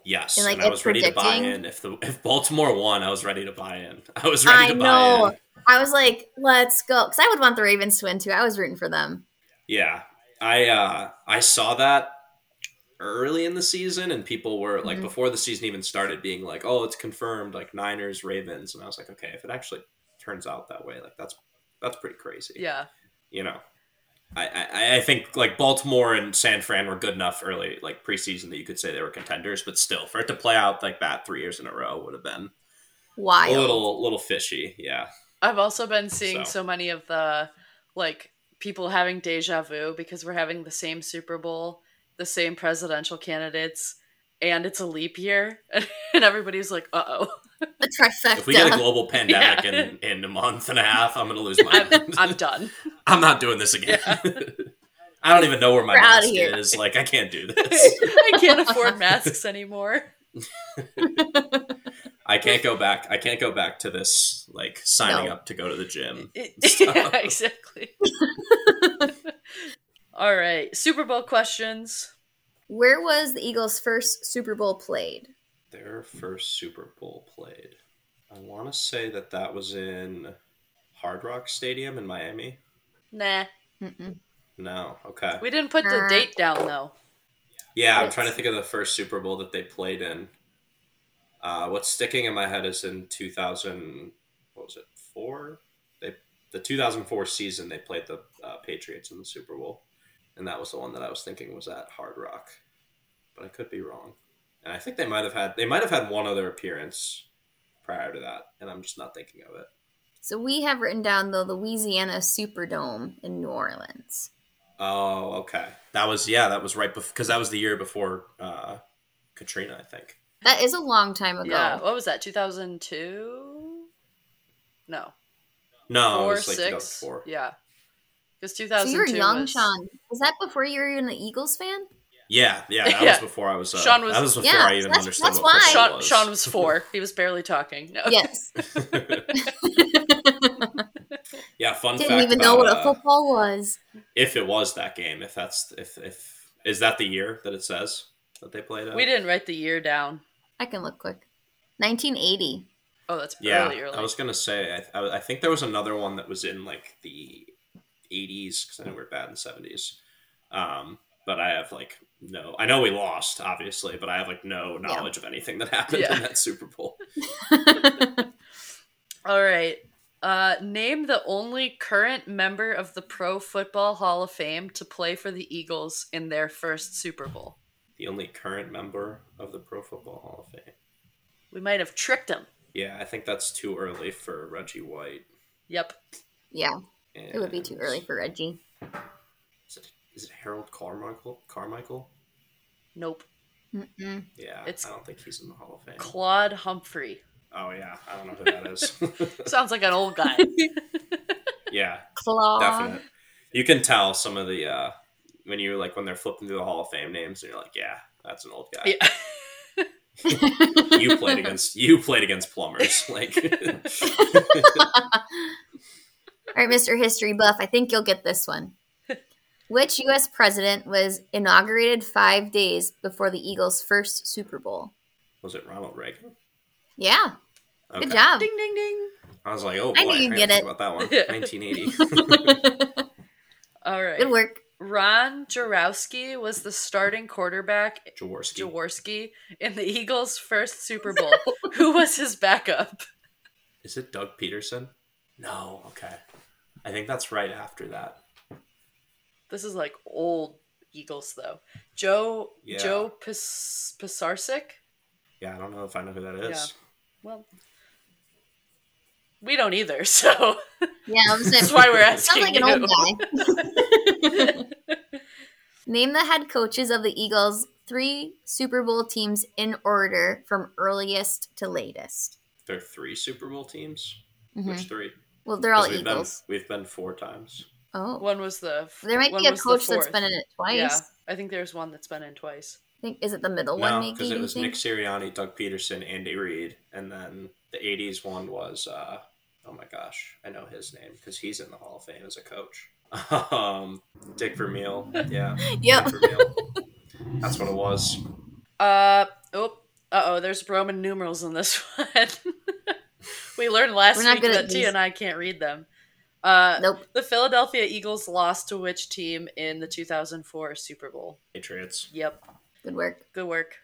Speaker 3: Yes,
Speaker 5: And,
Speaker 3: and,
Speaker 5: like,
Speaker 3: I
Speaker 5: it
Speaker 3: was ready to buy
Speaker 5: predicting-
Speaker 3: in. If the if Baltimore won, I was ready to buy in. (laughs) I was ready
Speaker 5: I
Speaker 3: to buy
Speaker 5: know.
Speaker 3: in.
Speaker 5: I was like, let's go. Because I would want the Ravens to win too. I was rooting for them.
Speaker 3: Yeah, I uh, I saw that early in the season, and people were like
Speaker 4: Mm-hmm.
Speaker 5: Mhm.
Speaker 3: before the season even started, being like, "Oh, it's confirmed, like Niners, Ravens," and I was like, "Okay, if it actually turns out that way, like that's that's pretty crazy."
Speaker 4: yeah.
Speaker 3: you know, I, I I think like Baltimore and San Fran were good enough early, like preseason, that you could say they were contenders. But still, for it to play out like that three years in a row would have been
Speaker 5: Wild.
Speaker 3: a little little fishy. Yeah,
Speaker 4: I've also been seeing
Speaker 3: So.
Speaker 4: so. many of the like people having deja vu because we're having the same Super Bowl, the same presidential candidates, and it's a leap year, (laughs) and everybody's like, "Uh oh,
Speaker 5: The
Speaker 3: if we get a
Speaker 5: trifecta.
Speaker 3: global pandemic
Speaker 4: (laughs) Yeah.
Speaker 3: in in a month and a half, I'm gonna lose my.
Speaker 4: (laughs) I'm,
Speaker 3: mind.
Speaker 4: I'm done."
Speaker 3: I'm not doing this again. (laughs) I don't even know where my
Speaker 5: We're outta
Speaker 3: mask
Speaker 5: here.
Speaker 3: is. Like, I
Speaker 5: (laughs)
Speaker 3: can't do this.
Speaker 4: I can't afford masks anymore.
Speaker 3: I can't go back. I can't go back to this. Like signing
Speaker 5: No.
Speaker 3: up to go to the gym. Stop.
Speaker 4: (laughs) yeah, exactly. (laughs) All right, Super Bowl questions.
Speaker 5: Where was the Eagles' first Super Bowl played?
Speaker 3: Their first Super Bowl played. I want to say that that was in Hard Rock Stadium in Miami.
Speaker 4: Nah,
Speaker 5: Mm-mm.
Speaker 3: No. Okay.
Speaker 4: we didn't put the
Speaker 5: Uh.
Speaker 4: date down though.
Speaker 3: Yeah, I'm
Speaker 5: Yes.
Speaker 3: trying to think of the first Super Bowl that they played in. Uh, what's sticking in my head is in 2000. What was it? Four. They the 2004 season they played the uh, Patriots in the Super Bowl, and that was the one that I was thinking was at Hard Rock, but I could be wrong. And I think they might have had they might have had one other appearance prior to that, and I'm just not thinking of it.
Speaker 5: So we have written down the Louisiana Superdome in New Orleans.
Speaker 3: Oh, okay. That was yeah. That was right before because that was the year before uh, Katrina, I think.
Speaker 5: That is a long time ago.
Speaker 4: Yeah, what was that? Two thousand two? No,
Speaker 3: No, Oh, it
Speaker 4: four,
Speaker 3: was like
Speaker 4: six.
Speaker 3: 2004.
Speaker 4: Yeah, because two
Speaker 5: so
Speaker 4: thousand.
Speaker 5: you were young, Sean. Was that before you were even an Eagles
Speaker 4: (laughs)
Speaker 5: fan?
Speaker 3: Yeah, yeah, that
Speaker 4: Yeah.
Speaker 3: was before I was. Uh,
Speaker 4: Sean was-
Speaker 3: That was before
Speaker 5: Yeah,
Speaker 3: I even
Speaker 5: that's-
Speaker 3: understood
Speaker 5: that's
Speaker 3: what
Speaker 5: why.
Speaker 3: football
Speaker 4: Sean,
Speaker 3: (laughs)
Speaker 4: Sean was four. He was barely talking. No.
Speaker 5: Yes.
Speaker 3: yeah, fun
Speaker 5: Didn't
Speaker 3: fact.
Speaker 5: even know what
Speaker 3: about,
Speaker 5: a
Speaker 3: uh,
Speaker 5: football was.
Speaker 3: if it was that game, if that's if if is that the year that it says that they played? At?
Speaker 4: We didn't write the year down.
Speaker 5: I can look quick. 1980.
Speaker 4: Oh, that's
Speaker 3: Yeah,
Speaker 4: really early.
Speaker 3: I was gonna say. I, I, I think there was another one that was in like the 80s because I know we're bad in 70s. Um, but I have like no. I know we lost, obviously, but I have like no knowledge of anything that happened
Speaker 4: Yeah.
Speaker 3: in that Super Bowl.
Speaker 4: All right. Uh, name the only current member of the Pro Football Hall of Fame to play for the Eagles in their first Super Bowl.
Speaker 3: The only current member of the Pro Football Hall of Fame.
Speaker 4: We might have tricked him.
Speaker 3: Yeah, I think that's too early for Reggie White.
Speaker 4: Yep.
Speaker 5: yeah,
Speaker 3: And
Speaker 5: it would be too early for Reggie.
Speaker 3: Is it, is it Harold Carmichael? Carmichael?
Speaker 4: Nope.
Speaker 5: Mm-mm.
Speaker 3: Yeah,
Speaker 4: It's-
Speaker 3: I don't think he's in the Hall of Fame.
Speaker 4: Claude Humphrey.
Speaker 3: oh yeah, I don't know who that is.
Speaker 4: Sounds like an
Speaker 3: (laughs)
Speaker 4: old guy.
Speaker 3: yeah,
Speaker 5: Claw.
Speaker 3: definite. You can tell some of the uh, when you like when they're flipping through the Hall of Fame names, and you're like, yeah, that's an old guy.
Speaker 4: Yeah.
Speaker 3: you played against you played against plumbers. Like,
Speaker 5: All right, Mr. History Buff, I think you'll get this
Speaker 4: (laughs)
Speaker 5: one. Which U.S. president was inaugurated five days before the Eagles' first Super Bowl?
Speaker 3: was it Ronald Reagan?
Speaker 5: Yeah,
Speaker 3: Okay.
Speaker 5: good job.
Speaker 4: ding, ding, ding.
Speaker 3: I was like, oh boy,
Speaker 5: I knew you'd
Speaker 3: gotta
Speaker 5: get
Speaker 3: think
Speaker 5: it.
Speaker 3: about that one.
Speaker 4: Yeah.
Speaker 3: 1980.
Speaker 4: All right.
Speaker 5: Good work.
Speaker 4: Ron Jarowski was the starting quarterback,
Speaker 3: Jaworski.
Speaker 4: Jaworski, in the Eagles' first Super Bowl. Who was his backup?
Speaker 3: Is it Doug Peterson? No. Okay. I think that's right after that.
Speaker 4: This is like old, Eagles though. Joe
Speaker 3: Yeah.
Speaker 4: Joe Pis- Pisarcik.
Speaker 3: Yeah, I don't know if I know who that is.
Speaker 4: Well, we don't either, (laughs) so
Speaker 5: Yeah, I was
Speaker 4: that's
Speaker 5: like,
Speaker 4: why we're
Speaker 5: sounds
Speaker 4: asking
Speaker 5: like an
Speaker 4: you.
Speaker 5: old guy. Name the head coaches of the Eagles' three Super Bowl teams in order from earliest to latest.
Speaker 3: There are three Super Bowl teams.
Speaker 5: Mhm.
Speaker 3: Which three?
Speaker 5: Well, they're all
Speaker 3: 'Cause we've been-
Speaker 5: Eagles.
Speaker 3: we've been four times.
Speaker 5: Oh,
Speaker 4: (laughs) One was the f-
Speaker 5: there might
Speaker 4: one
Speaker 5: be a
Speaker 4: was the
Speaker 5: coach that's
Speaker 4: fourth.
Speaker 5: been in it twice.
Speaker 4: Yeah, I think there's one that's been in twice.
Speaker 5: I think is it the middle one?
Speaker 3: No,
Speaker 5: Maybe
Speaker 3: because
Speaker 5: do
Speaker 3: it
Speaker 5: you
Speaker 3: was
Speaker 5: think?
Speaker 3: Nick Sirianni, Doug Peterson, Andy Reid, and then the '80s one was uh, oh my gosh, I know his name because he's in the Hall of Fame as a coach. (laughs) Um, Dick Vermeil, yeah,
Speaker 5: Yep.
Speaker 3: Dick Vermeil. That's what it was.
Speaker 4: Uh oh, uh oh. There's Roman numerals in this (laughs) one. we learned last
Speaker 5: We're not
Speaker 4: week
Speaker 5: good at
Speaker 4: that T
Speaker 5: these.
Speaker 4: and I can't read them. Uh,
Speaker 5: Nope.
Speaker 4: the Philadelphia Eagles lost to which team in the 2004 Super Bowl?
Speaker 3: Patriots.
Speaker 4: Yep.
Speaker 5: Good work.
Speaker 4: Good work.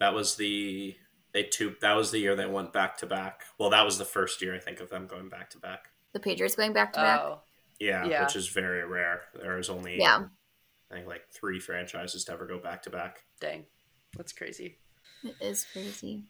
Speaker 3: That was the they two. That was the year they went back to back. Well, that was the first year I think of them going back to back.
Speaker 5: The Patriots going back to back.
Speaker 4: Oh,
Speaker 3: Yeah,
Speaker 4: Yeah.
Speaker 3: which is very rare. There is only
Speaker 5: Yeah.
Speaker 3: I think like three franchises to ever go back to back.
Speaker 4: dang. That's crazy.
Speaker 5: It is crazy.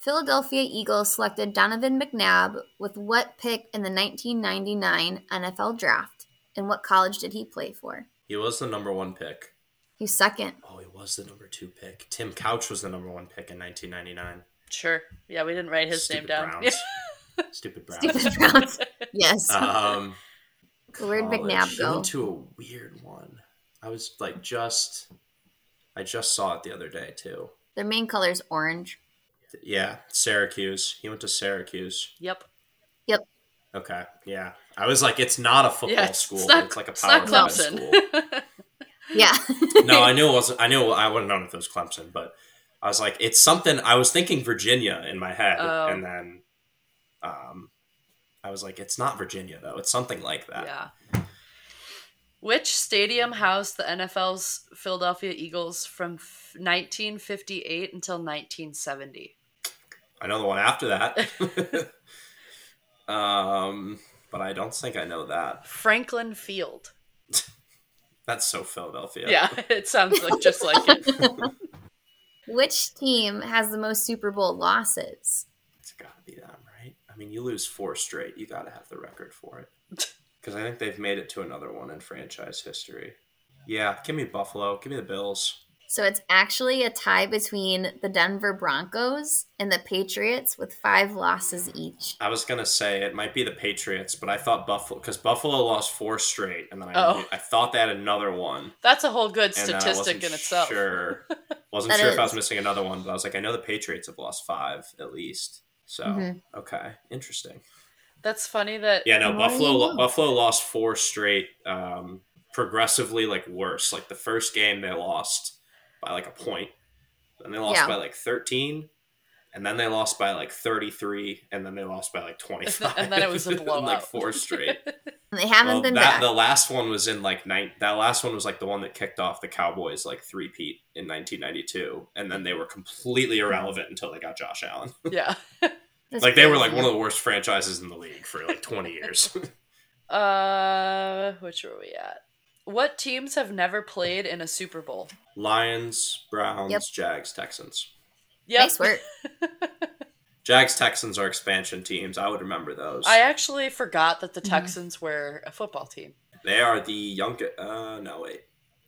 Speaker 5: Philadelphia Eagles selected Donovan McNabb with what pick in the 1999 NFL draft? And what college did he play for?
Speaker 3: He was the number one pick.
Speaker 5: He's second. (laughs)
Speaker 3: Oh, he was the number two pick. Tim Couch was the number one pick in 1999.
Speaker 4: Sure. Yeah, we didn't write his
Speaker 3: Stupid
Speaker 4: name down. (laughs)
Speaker 3: Browns. Stupid Browns.
Speaker 5: Stupid
Speaker 3: (laughs)
Speaker 5: Browns. Yes.
Speaker 3: um, oh,
Speaker 5: Where'd
Speaker 3: college.
Speaker 5: McNabb
Speaker 3: He
Speaker 5: go?
Speaker 3: went to a weird one. I was like just, I just saw it the other day too.
Speaker 5: Their main color is orange.
Speaker 3: Yeah, Syracuse. He went to Syracuse.
Speaker 4: yep.
Speaker 3: Okay, yeah. I was like, it's not a football
Speaker 4: Yeah, it's
Speaker 3: school.
Speaker 4: not-
Speaker 3: it's like a
Speaker 4: it's not
Speaker 3: power five
Speaker 4: Clemson.
Speaker 3: school.
Speaker 4: (laughs)
Speaker 5: Yeah. (laughs)
Speaker 3: no, I knew it wasn't. I knew I wouldn't known if it was Clemson, but I was like, it's something. I was thinking Virginia in my head,
Speaker 4: Oh.
Speaker 3: and then, um, I was like, it's not Virginia though. It's something like that.
Speaker 4: Yeah. Which stadium housed the NFL's Philadelphia Eagles from f- 1958 until 1970?
Speaker 3: I know the one after
Speaker 4: (laughs)
Speaker 3: that. (laughs) um, but I don't think I know that.
Speaker 4: Franklin Field.
Speaker 3: That's so Philadelphia.
Speaker 4: Yeah, (laughs) it sounds like just like it.
Speaker 5: (laughs) Which team has the most Super Bowl losses?
Speaker 3: it's gotta be them, right? I mean, you lose four straight, you gotta have the record for it.
Speaker 4: (laughs)
Speaker 3: Because I think they've made it to another one in franchise history. Yeah, give me Buffalo. Give me the Bills.
Speaker 5: So it's actually a tie between the Denver Broncos and the Patriots with five losses each.
Speaker 3: I was gonna say it might be the Patriots, but I thought Buffalo because Buffalo lost four straight, and then I
Speaker 4: Oh.
Speaker 3: I thought they had another one.
Speaker 4: That's a whole good
Speaker 3: and then I
Speaker 4: statistic
Speaker 3: wasn't
Speaker 4: in itself.
Speaker 3: Sure,
Speaker 4: (laughs)
Speaker 3: wasn't
Speaker 5: That
Speaker 3: sure if I
Speaker 5: is.
Speaker 3: was missing another one, but I was like, I know the Patriots have lost five at least. So
Speaker 5: Mhm.
Speaker 3: okay, interesting.
Speaker 4: That's funny that
Speaker 3: Yeah, no,
Speaker 5: Why
Speaker 3: Buffalo
Speaker 5: not?
Speaker 3: lo- Buffalo lost four straight, um, progressively like worse. Like the first game they lost by like a point, then they lost
Speaker 5: Yeah.
Speaker 3: by like thirteen, and then they lost by like thirty three, and then they lost by like twenty five,
Speaker 4: And then it was
Speaker 3: (laughs)
Speaker 4: a
Speaker 3: like
Speaker 4: blowout.
Speaker 3: four straight.
Speaker 5: And they haven't
Speaker 3: Well,
Speaker 5: been
Speaker 3: that
Speaker 5: back.
Speaker 3: the last one was in like nine. That last one was like the one that kicked off the Cowboys like three peat in 1992, and then they were completely irrelevant until they got Josh Allen.
Speaker 4: yeah.
Speaker 5: That's
Speaker 3: Like they were like
Speaker 5: crazy.
Speaker 3: one of the worst franchises in the league for like 20 years.
Speaker 4: Uh, which were we at? What teams have never played in a Super Bowl?
Speaker 3: Lions, Browns,
Speaker 5: Yep.
Speaker 3: Jags, Texans.
Speaker 4: Yep.
Speaker 5: Nice work.
Speaker 3: Jags, Texans are expansion teams. I would remember those.
Speaker 4: I actually forgot that the
Speaker 5: Mhm.
Speaker 4: Texans were a football team.
Speaker 3: they are the youngest. Uh, no wait,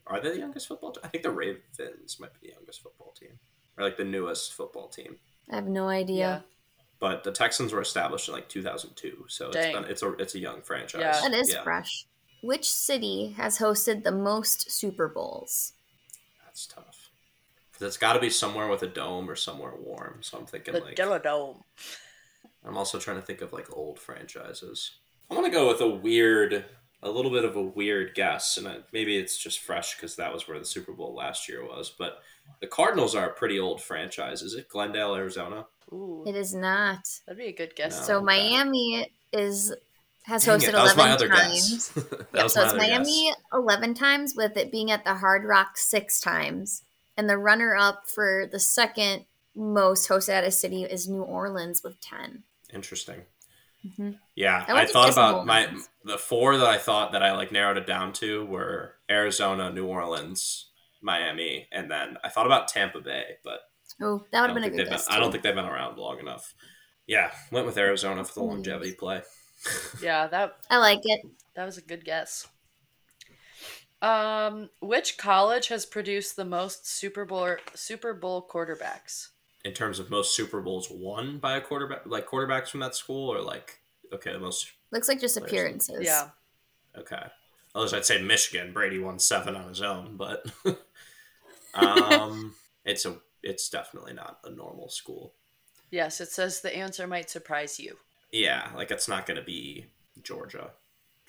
Speaker 3: are they the youngest football? team? I think the Ravens might be the youngest football team, or like the newest football team.
Speaker 5: I have no idea.
Speaker 3: but the Texans were established in like 2002, so it's
Speaker 4: Dang.
Speaker 3: been it's a it's a young franchise.
Speaker 4: Yeah.
Speaker 5: That is
Speaker 3: yeah.
Speaker 5: fresh. Which city has hosted the most Super Bowls?
Speaker 3: That's tough. 'Cause it's got to be somewhere with a dome or somewhere warm. So I'm thinking
Speaker 4: The
Speaker 3: like
Speaker 4: Della Dome.
Speaker 3: I'm also trying to think of like old franchises. I want to go with a weird, a little bit of a weird guess, and I, maybe it's just fresh because that was where the Super Bowl last year was. But the Cardinals are a pretty old franchise. Is it Glendale, Arizona?
Speaker 4: Ooh,
Speaker 5: It is not.
Speaker 4: that'd be a good guess.
Speaker 3: No.
Speaker 5: So
Speaker 3: okay.
Speaker 5: Miami is has
Speaker 3: Oh, Dang
Speaker 5: hosted
Speaker 3: it, that was
Speaker 5: eleven
Speaker 3: my other
Speaker 5: times.
Speaker 3: guess. (laughs) that
Speaker 5: Yep,
Speaker 3: was
Speaker 5: so
Speaker 3: my
Speaker 5: it's
Speaker 3: other guess.
Speaker 5: Miami eleven times, with it being at the Hard Rock six times, and the runner-up for the second most hosted at a city is New Orleans with 10
Speaker 3: Interesting.
Speaker 5: Mhm.
Speaker 3: Yeah,
Speaker 5: I
Speaker 3: I,
Speaker 5: wouldn't
Speaker 3: thought
Speaker 5: guess New
Speaker 3: about my
Speaker 5: Orleans.
Speaker 3: the four that I thought that I like narrowed it down to were Arizona, New Orleans, Miami, and then I thought about Tampa Bay, but
Speaker 5: Oh, that
Speaker 3: I
Speaker 5: would have
Speaker 3: don't,
Speaker 5: been a
Speaker 3: think
Speaker 5: good
Speaker 3: they've been,
Speaker 5: guess.
Speaker 3: I don't
Speaker 5: too.
Speaker 3: think they've been around long enough. Yeah, went with Arizona for the longevity play.
Speaker 4: Yeah, that
Speaker 5: I like it.
Speaker 4: that was a good guess. Um, which college has produced the most Super Bowl Super Bowl quarterbacks?
Speaker 3: in terms of most Super Bowls won by a quarterback, like quarterbacks from that school, or like okay, the most
Speaker 5: Looks like just
Speaker 3: There's-
Speaker 5: appearances.
Speaker 4: Yeah,
Speaker 3: okay. Unless I'd say Michigan, Brady won seven on his own, but (laughs) um, it's a it's definitely not a normal school.
Speaker 4: yes, it says the answer might surprise you.
Speaker 3: Yeah, like it's not going to be Georgia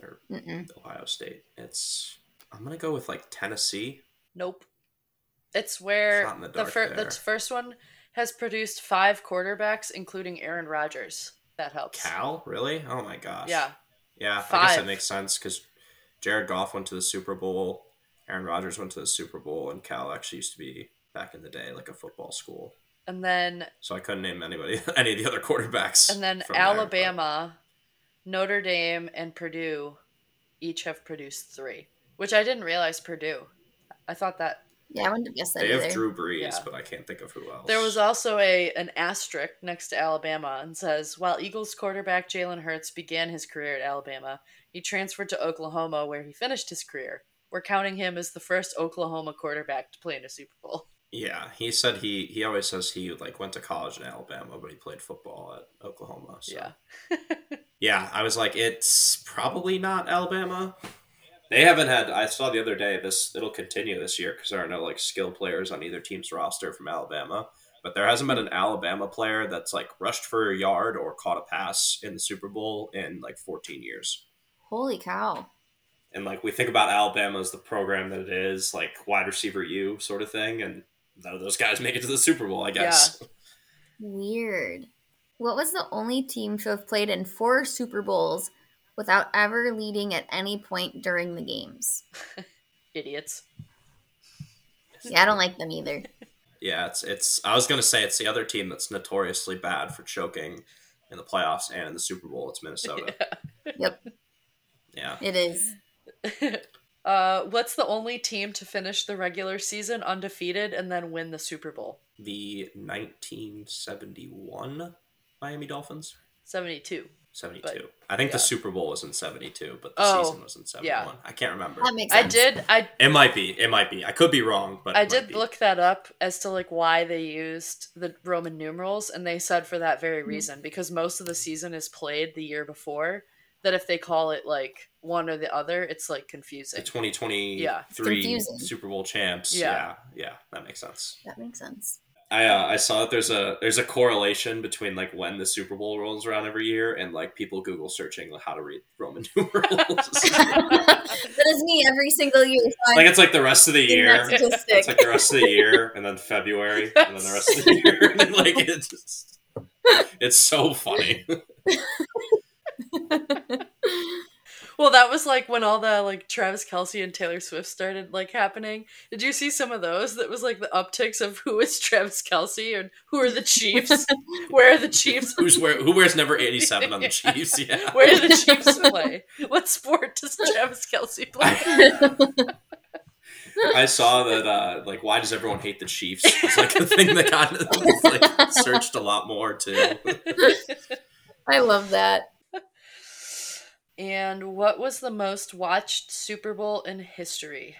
Speaker 3: or
Speaker 5: Mm-mm.
Speaker 3: Ohio State. It's I'm gonna go with like Tennessee.
Speaker 4: Nope, it's where
Speaker 3: Shot in the
Speaker 4: the,
Speaker 3: dark
Speaker 4: fir- the
Speaker 3: there.
Speaker 4: t- first one has produced five quarterbacks, including Aaron Rodgers. That helps.
Speaker 3: Cal, really? Oh my gosh.
Speaker 4: Yeah,
Speaker 3: Yeah, I guess
Speaker 4: Five.
Speaker 3: that makes sense because Jared Goff went to the Super Bowl, Aaron Rodgers went to the Super Bowl, and Cal actually used to be back in the day like a football school.
Speaker 4: and then
Speaker 3: So I couldn't name anybody, (laughs) any of the other quarterbacks.
Speaker 4: and then
Speaker 3: from there, but-
Speaker 4: Alabama, Notre Dame, and Purdue each have produced three, which I didn't realize Purdue. I thought that
Speaker 5: Yeah, I wouldn't have guessed that
Speaker 3: they
Speaker 5: either.
Speaker 3: have Drew Brees,
Speaker 4: Yeah.
Speaker 3: but I can't think of who else.
Speaker 4: There was also a an asterisk next to Alabama and says, while Eagles quarterback Jalen Hurts began his career at Alabama, he transferred to Oklahoma where he finished his career. We're counting him as the first Oklahoma quarterback to play in a Super Bowl.
Speaker 3: yeah, he said he he always says he like went to college in Alabama, but he played football at Oklahoma. So.
Speaker 4: Yeah.
Speaker 3: Yeah, I was like, it's probably not Alabama. They haven't had. I saw the other day. This it'll continue this year because there are no like skill players on either team's roster from Alabama. But there hasn't been an Alabama player that's like rushed for a yard or caught a pass in the Super Bowl in like 14 years.
Speaker 5: Holy cow.
Speaker 3: And like we think about Alabama as the program that it is, like wide receiver U sort of thing, and none of those guys make it to the Super Bowl. I guess.
Speaker 5: Weird. What was the only team to have played in four Super Bowls without ever leading at any point during the games?
Speaker 4: Idiots. (laughs)
Speaker 5: Yeah, I don't like them either.
Speaker 3: Yeah, it's it's. I was gonna say it's the other team that's notoriously bad for choking in the playoffs and in the Super Bowl. It's
Speaker 4: (laughs)
Speaker 3: Minnesota.
Speaker 5: Yep.
Speaker 3: Yeah,
Speaker 5: It is.
Speaker 4: Uh, what's the only team to finish the regular season undefeated and then win the Super Bowl?
Speaker 3: the 1971 Miami Dolphins.
Speaker 4: 72.
Speaker 3: 72.
Speaker 4: But-
Speaker 3: I think the
Speaker 4: yeah.
Speaker 3: Super Bowl was in 72, but the
Speaker 4: Oh,
Speaker 3: season was in 71.
Speaker 4: yeah.
Speaker 3: I can't remember.
Speaker 5: That makes
Speaker 4: I
Speaker 5: sense.
Speaker 4: did I
Speaker 3: It might be. It might be. I could be wrong, but
Speaker 4: I
Speaker 3: it might
Speaker 4: did
Speaker 3: be.
Speaker 4: look that up as to like why they used the Roman numerals, and they said for that
Speaker 3: Hmm.
Speaker 4: very reason because most of the season is played the year before. That if they call it like one or the other, it's like
Speaker 3: the
Speaker 4: confusing. (laughs)
Speaker 3: 2023
Speaker 4: Yeah.
Speaker 5: Confusing.
Speaker 3: Super Bowl champs.
Speaker 4: Yeah.
Speaker 3: yeah, yeah, that makes sense.
Speaker 5: That makes sense. (laughs)
Speaker 3: I uh, I saw that there's a there's a correlation between like when the Super Bowl rolls around every year and like people Google searching how to read Roman (laughs)
Speaker 4: (laughs)
Speaker 3: numerals. (laughs)
Speaker 5: that is me every single year. So
Speaker 3: like it's like the rest of the
Speaker 5: I'm
Speaker 3: year.
Speaker 5: not statistic.
Speaker 3: It's like the rest of the year, and then February, and then the rest of the year. (laughs) And like it's just, it's so funny.
Speaker 4: Well, that was like when all the like Travis Kelsey and Taylor Swift started like happening. Did you see some of those? That was like the upticks of who is Travis Kelsey and who are
Speaker 3: (laughs)
Speaker 4: the Chiefs? Where are the Chiefs?
Speaker 3: Who's wear, who wears number eighty seven on the Chiefs? Yeah,
Speaker 4: Where do the Chiefs
Speaker 3: (laughs)
Speaker 4: play? What sport does Travis Kelsey play?
Speaker 3: I saw that. Uh, like, why does everyone hate the Chiefs? It's like a thing that got (laughs) it's, like searched a lot more too.
Speaker 5: I love that.
Speaker 4: And what was the most watched Super Bowl in history?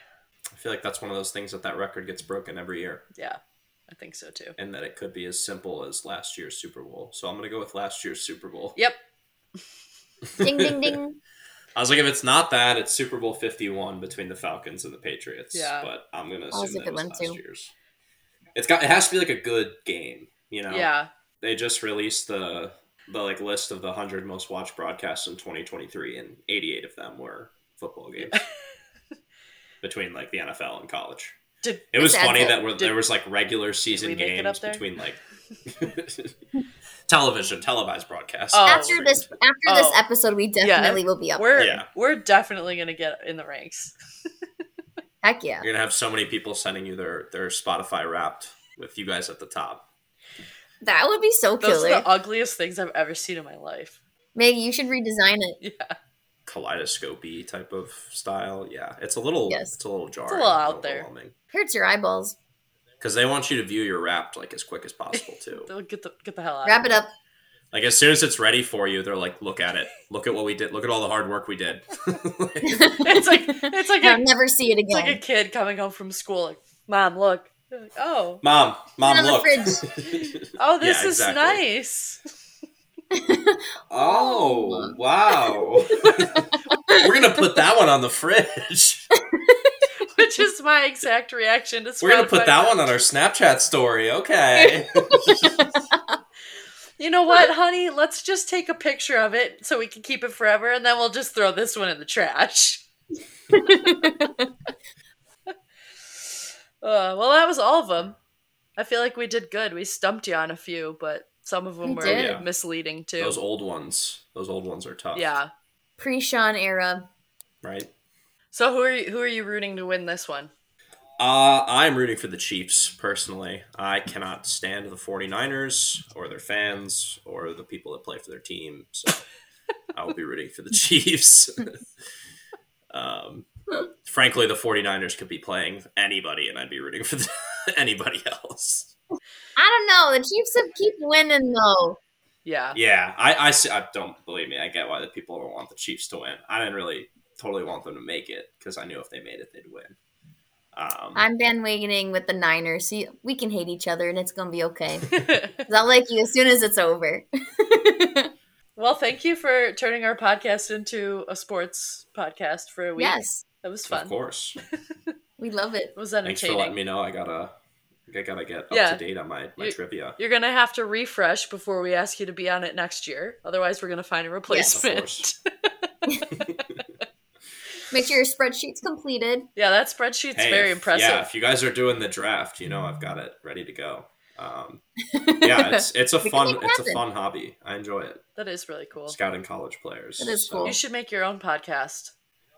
Speaker 3: I feel like that's one of those things that that record gets broken every year,
Speaker 4: Yeah, I think so too.
Speaker 3: and that it could be as simple as last year's Super Bowl. So I'm gonna go with last year's Super Bowl.
Speaker 4: Yep.
Speaker 5: Ding, ding, ding.
Speaker 3: I was like, if it's not that, it's Super Bowl Fifty One between the Falcons and the Patriots.
Speaker 4: Yeah.
Speaker 3: but I'm gonna
Speaker 5: That was
Speaker 3: assume
Speaker 5: a
Speaker 3: that
Speaker 5: good
Speaker 3: was
Speaker 5: one,
Speaker 3: last
Speaker 5: too.
Speaker 3: year's. It's got. It has to be like a good game. You know.
Speaker 4: Yeah.
Speaker 3: They just released the the like list of the hundred most watched broadcasts in 2023, and 88 of them were football
Speaker 4: (laughs)
Speaker 3: games between like the NFL and college.
Speaker 4: Did
Speaker 3: It was
Speaker 5: That's
Speaker 3: funny
Speaker 5: it.
Speaker 3: that we're,
Speaker 4: Did-
Speaker 3: there was like regular season
Speaker 4: we make it up
Speaker 3: games
Speaker 4: there?
Speaker 3: between
Speaker 4: (laughs)
Speaker 3: like television, televised broadcasts.
Speaker 4: (laughs) Oh.
Speaker 5: After this after this
Speaker 4: Oh.
Speaker 5: episode, we definitely will be up.
Speaker 4: we're
Speaker 3: Yeah.
Speaker 4: we're definitely gonna get in the ranks. (laughs)
Speaker 5: Heck yeah.
Speaker 3: You're gonna have so many people sending you their their Spotify Wrapped with you guys at the top.
Speaker 5: That would be so
Speaker 4: Those
Speaker 5: killer.
Speaker 4: are the ugliest things I've ever seen in my life.
Speaker 5: Maggie, you should redesign it.
Speaker 4: Yeah.
Speaker 3: kaleidoscopy type of style. Yeah, it's a little
Speaker 5: Yes.
Speaker 3: it's a little jarring,
Speaker 4: little out there.
Speaker 5: Hurts your eyeballs.
Speaker 3: because they want you to view your wrap like as quick as possible too.
Speaker 4: They'll get (laughs) the get the hell out.
Speaker 5: Wrap it up.
Speaker 3: like as soon as it's ready for you, they're like, "Look at it! Look at what we did! Look at all the hard work we did!" Like,
Speaker 4: (laughs) It's like it's like
Speaker 5: I'll
Speaker 4: a,
Speaker 5: never see it
Speaker 4: it's like
Speaker 5: again.
Speaker 4: a kid coming home from school. Like, mom, look. They're Like, oh,
Speaker 3: mom, mom,
Speaker 5: on the
Speaker 3: look! (laughs)
Speaker 4: oh, this
Speaker 3: Yeah,
Speaker 4: is
Speaker 3: exactly.
Speaker 4: nice. (laughs)
Speaker 3: oh, wow! We're gonna put that one on the fridge.
Speaker 4: Which is my exact reaction to.
Speaker 3: We're gonna
Speaker 4: Scrub
Speaker 3: put
Speaker 4: My
Speaker 3: that
Speaker 4: Back.
Speaker 3: one on our Snapchat story. Okay.
Speaker 4: You know what, honey? Let's just take a picture of it so we can keep it forever, and then we'll just throw this one in
Speaker 5: (laughs)
Speaker 4: the trash. uh, well, that was all of them. I feel like we did good. We stumped you on a few, but some of them
Speaker 5: We
Speaker 4: were
Speaker 5: did.
Speaker 3: Yeah.
Speaker 4: misleading too.
Speaker 3: Those old ones. Those old ones are tough.
Speaker 4: yeah.
Speaker 5: Pre Sean era.
Speaker 3: Right.
Speaker 4: So who are you, who are you rooting to win this one?
Speaker 3: Uh, I'm rooting for the Chiefs personally. I cannot stand the 49ers or their fans or the people that play for their team. So I will be rooting for the Chiefs. um, frankly, the 49ers could be playing anybody, and I'd be rooting for the, (laughs) anybody else.
Speaker 5: I don't know. The Chiefs have keep winning though.
Speaker 4: Yeah.
Speaker 3: Yeah, I, I s- I don't believe me. I get why the people don't want the Chiefs to win. I didn't really totally want them to make it because I knew if they made it, they'd win. Um,
Speaker 5: I'm bandwagoning with the Niners. See, we can hate each other and it's gonna be okay. 'Cause I'll like you as soon as it's
Speaker 3: (laughs)
Speaker 5: over.
Speaker 4: (laughs) well, thank you for turning our podcast into a sports podcast for a week.
Speaker 5: Yes,
Speaker 4: That was
Speaker 3: of
Speaker 4: fun.
Speaker 3: course.
Speaker 5: we love it.
Speaker 4: It was
Speaker 3: Thanks for letting
Speaker 4: entertaining.
Speaker 3: me know. I gotta, I gotta get up
Speaker 4: Yeah.
Speaker 3: to date on my my
Speaker 4: You-
Speaker 3: trivia.
Speaker 4: You're gonna have to refresh before we ask you to be on it next year. Otherwise, we're gonna find a replacement. (laughs)
Speaker 3: course.
Speaker 5: Make sure your spreadsheet's completed.
Speaker 4: yeah, that spreadsheet's
Speaker 3: Hey,
Speaker 4: very
Speaker 3: if-
Speaker 4: impressive.
Speaker 3: Yeah, if you guys are doing the draft, you know I've got it ready to go.
Speaker 4: (laughs)
Speaker 3: Um, yeah, it's it's a
Speaker 5: We can
Speaker 3: fun
Speaker 5: make it
Speaker 3: it's a
Speaker 5: happen.
Speaker 3: fun hobby. I enjoy it.
Speaker 4: That is really cool.
Speaker 3: Scouting college players.
Speaker 5: That is
Speaker 3: So-
Speaker 5: cool.
Speaker 4: You should make your own podcast.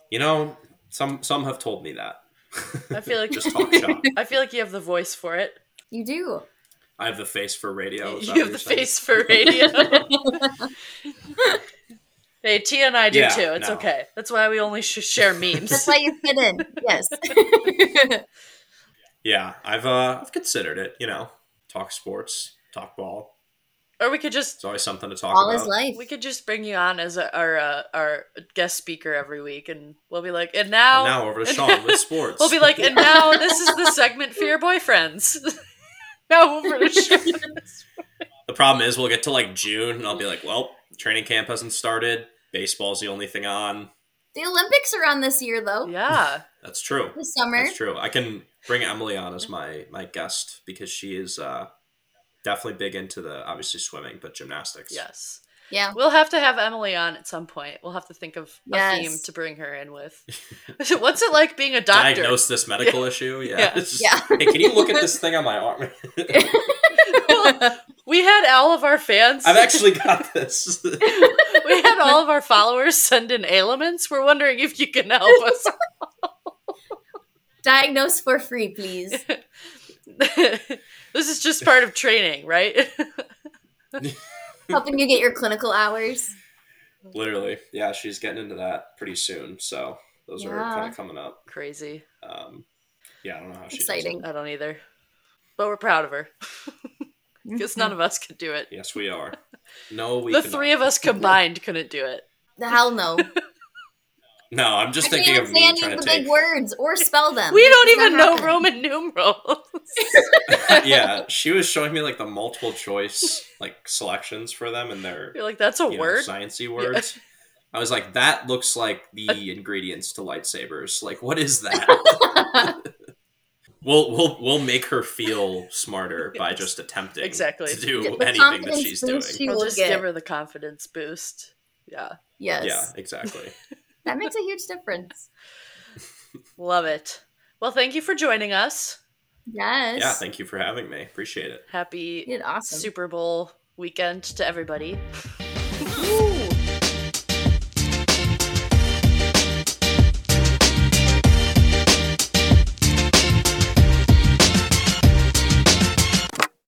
Speaker 3: You know, some some have told me that.
Speaker 4: I feel
Speaker 3: (laughs)
Speaker 4: like
Speaker 3: Just
Speaker 4: (laughs)
Speaker 3: talk shop.
Speaker 4: I feel like you have the voice for it.
Speaker 5: You do.
Speaker 3: I have the face for radio. is that
Speaker 4: you
Speaker 3: what
Speaker 4: have
Speaker 3: you're
Speaker 4: the
Speaker 3: saying?
Speaker 4: face for
Speaker 3: (laughs)
Speaker 4: radio. hey, Tia and I do
Speaker 3: Yeah,
Speaker 4: too. It's
Speaker 3: no.
Speaker 4: okay. That's why we only sh- share memes.
Speaker 5: That's why you fit in.
Speaker 3: (laughs)
Speaker 5: Yes.
Speaker 3: Yeah, I've uh I've considered it. You know, talk sports, talk ball.
Speaker 4: or we could just
Speaker 3: It's always something to talk
Speaker 5: All
Speaker 3: about.
Speaker 5: his life.
Speaker 4: We could just bring you on as a, our uh, our guest speaker every week, and we'll be like, and now,
Speaker 3: And now over to Sean with sports.
Speaker 4: we'll be like, and now this is the segment for your boyfriends. now over to Sean.
Speaker 3: The problem is, we'll get to like June, and I'll be like, "Well, training camp hasn't started. Baseball's the only thing on."
Speaker 5: The Olympics are on this year though.
Speaker 4: Yeah,
Speaker 3: That's true.
Speaker 5: This summer.
Speaker 3: That's true. I can bring Emily on as my my guest because she is uh, definitely big into the obviously swimming, but gymnastics.
Speaker 4: yes,
Speaker 5: Yeah.
Speaker 4: we'll have to have Emily on at some point. We'll have to think of a
Speaker 5: Yes.
Speaker 4: theme to bring her in with. (laughs) What's it like being a doctor? (laughs)
Speaker 3: Diagnose this medical issue. Yeah.
Speaker 4: Yeah.
Speaker 3: It's just-
Speaker 5: Yeah.
Speaker 3: (laughs) Hey, can you look at this thing on my arm?
Speaker 4: we had all of our fans.
Speaker 3: I've actually got this. (laughs)
Speaker 4: (laughs) we had all of our followers send in ailments. We're wondering if you can help us. (laughs)
Speaker 5: Diagnose for free, please.
Speaker 3: (laughs)
Speaker 4: this is just part of training, right? (laughs)
Speaker 5: Helping you get your clinical hours.
Speaker 3: Literally. Yeah, she's getting into that pretty soon. So those are
Speaker 5: Yeah.
Speaker 3: kind of coming up.
Speaker 4: Crazy.
Speaker 3: Um, yeah, I don't know how she does it.
Speaker 5: Exciting.
Speaker 4: I don't either. But we're proud of her. (laughs) Because none of us could do it.
Speaker 3: Yes,
Speaker 5: (laughs)
Speaker 3: we are. No, we
Speaker 4: the
Speaker 3: cannot.
Speaker 4: three of us combined couldn't do it.
Speaker 5: Hell
Speaker 3: (laughs)
Speaker 5: no.
Speaker 3: No, I'm just
Speaker 5: I
Speaker 3: thinking
Speaker 5: can't
Speaker 3: of
Speaker 5: say
Speaker 3: me
Speaker 5: any
Speaker 3: trying
Speaker 5: of
Speaker 3: to
Speaker 5: the
Speaker 3: take.
Speaker 5: big words or spell them.
Speaker 4: We
Speaker 5: It's
Speaker 4: don't
Speaker 5: not
Speaker 4: even know
Speaker 5: happening.
Speaker 4: Roman numerals. (laughs)
Speaker 3: (laughs) yeah, she was showing me like the multiple choice like selections for them and their
Speaker 4: You're like, that's a
Speaker 3: you know,
Speaker 4: word?
Speaker 3: sciencey
Speaker 5: (laughs)
Speaker 3: words. I was like, that looks like the ingredients to lightsabers. Like, what is that?
Speaker 5: (laughs)
Speaker 3: (laughs) we'll we'll we'll make her feel smarter by just attempting
Speaker 4: Exactly.
Speaker 3: to do
Speaker 5: The
Speaker 3: anything that
Speaker 5: confidence
Speaker 3: she's doing.
Speaker 5: boost you
Speaker 4: we'll
Speaker 5: will
Speaker 4: just
Speaker 5: get.
Speaker 4: give her the confidence boost. Yeah.
Speaker 5: Yes.
Speaker 3: Yeah, exactly.
Speaker 5: That makes a huge difference.
Speaker 4: Love it. Well, thank you for joining us.
Speaker 5: Yes.
Speaker 3: Yeah, thank you for having me. Appreciate it.
Speaker 4: Happy
Speaker 5: you did awesome.
Speaker 4: Super Bowl weekend to everybody.
Speaker 5: Ooh.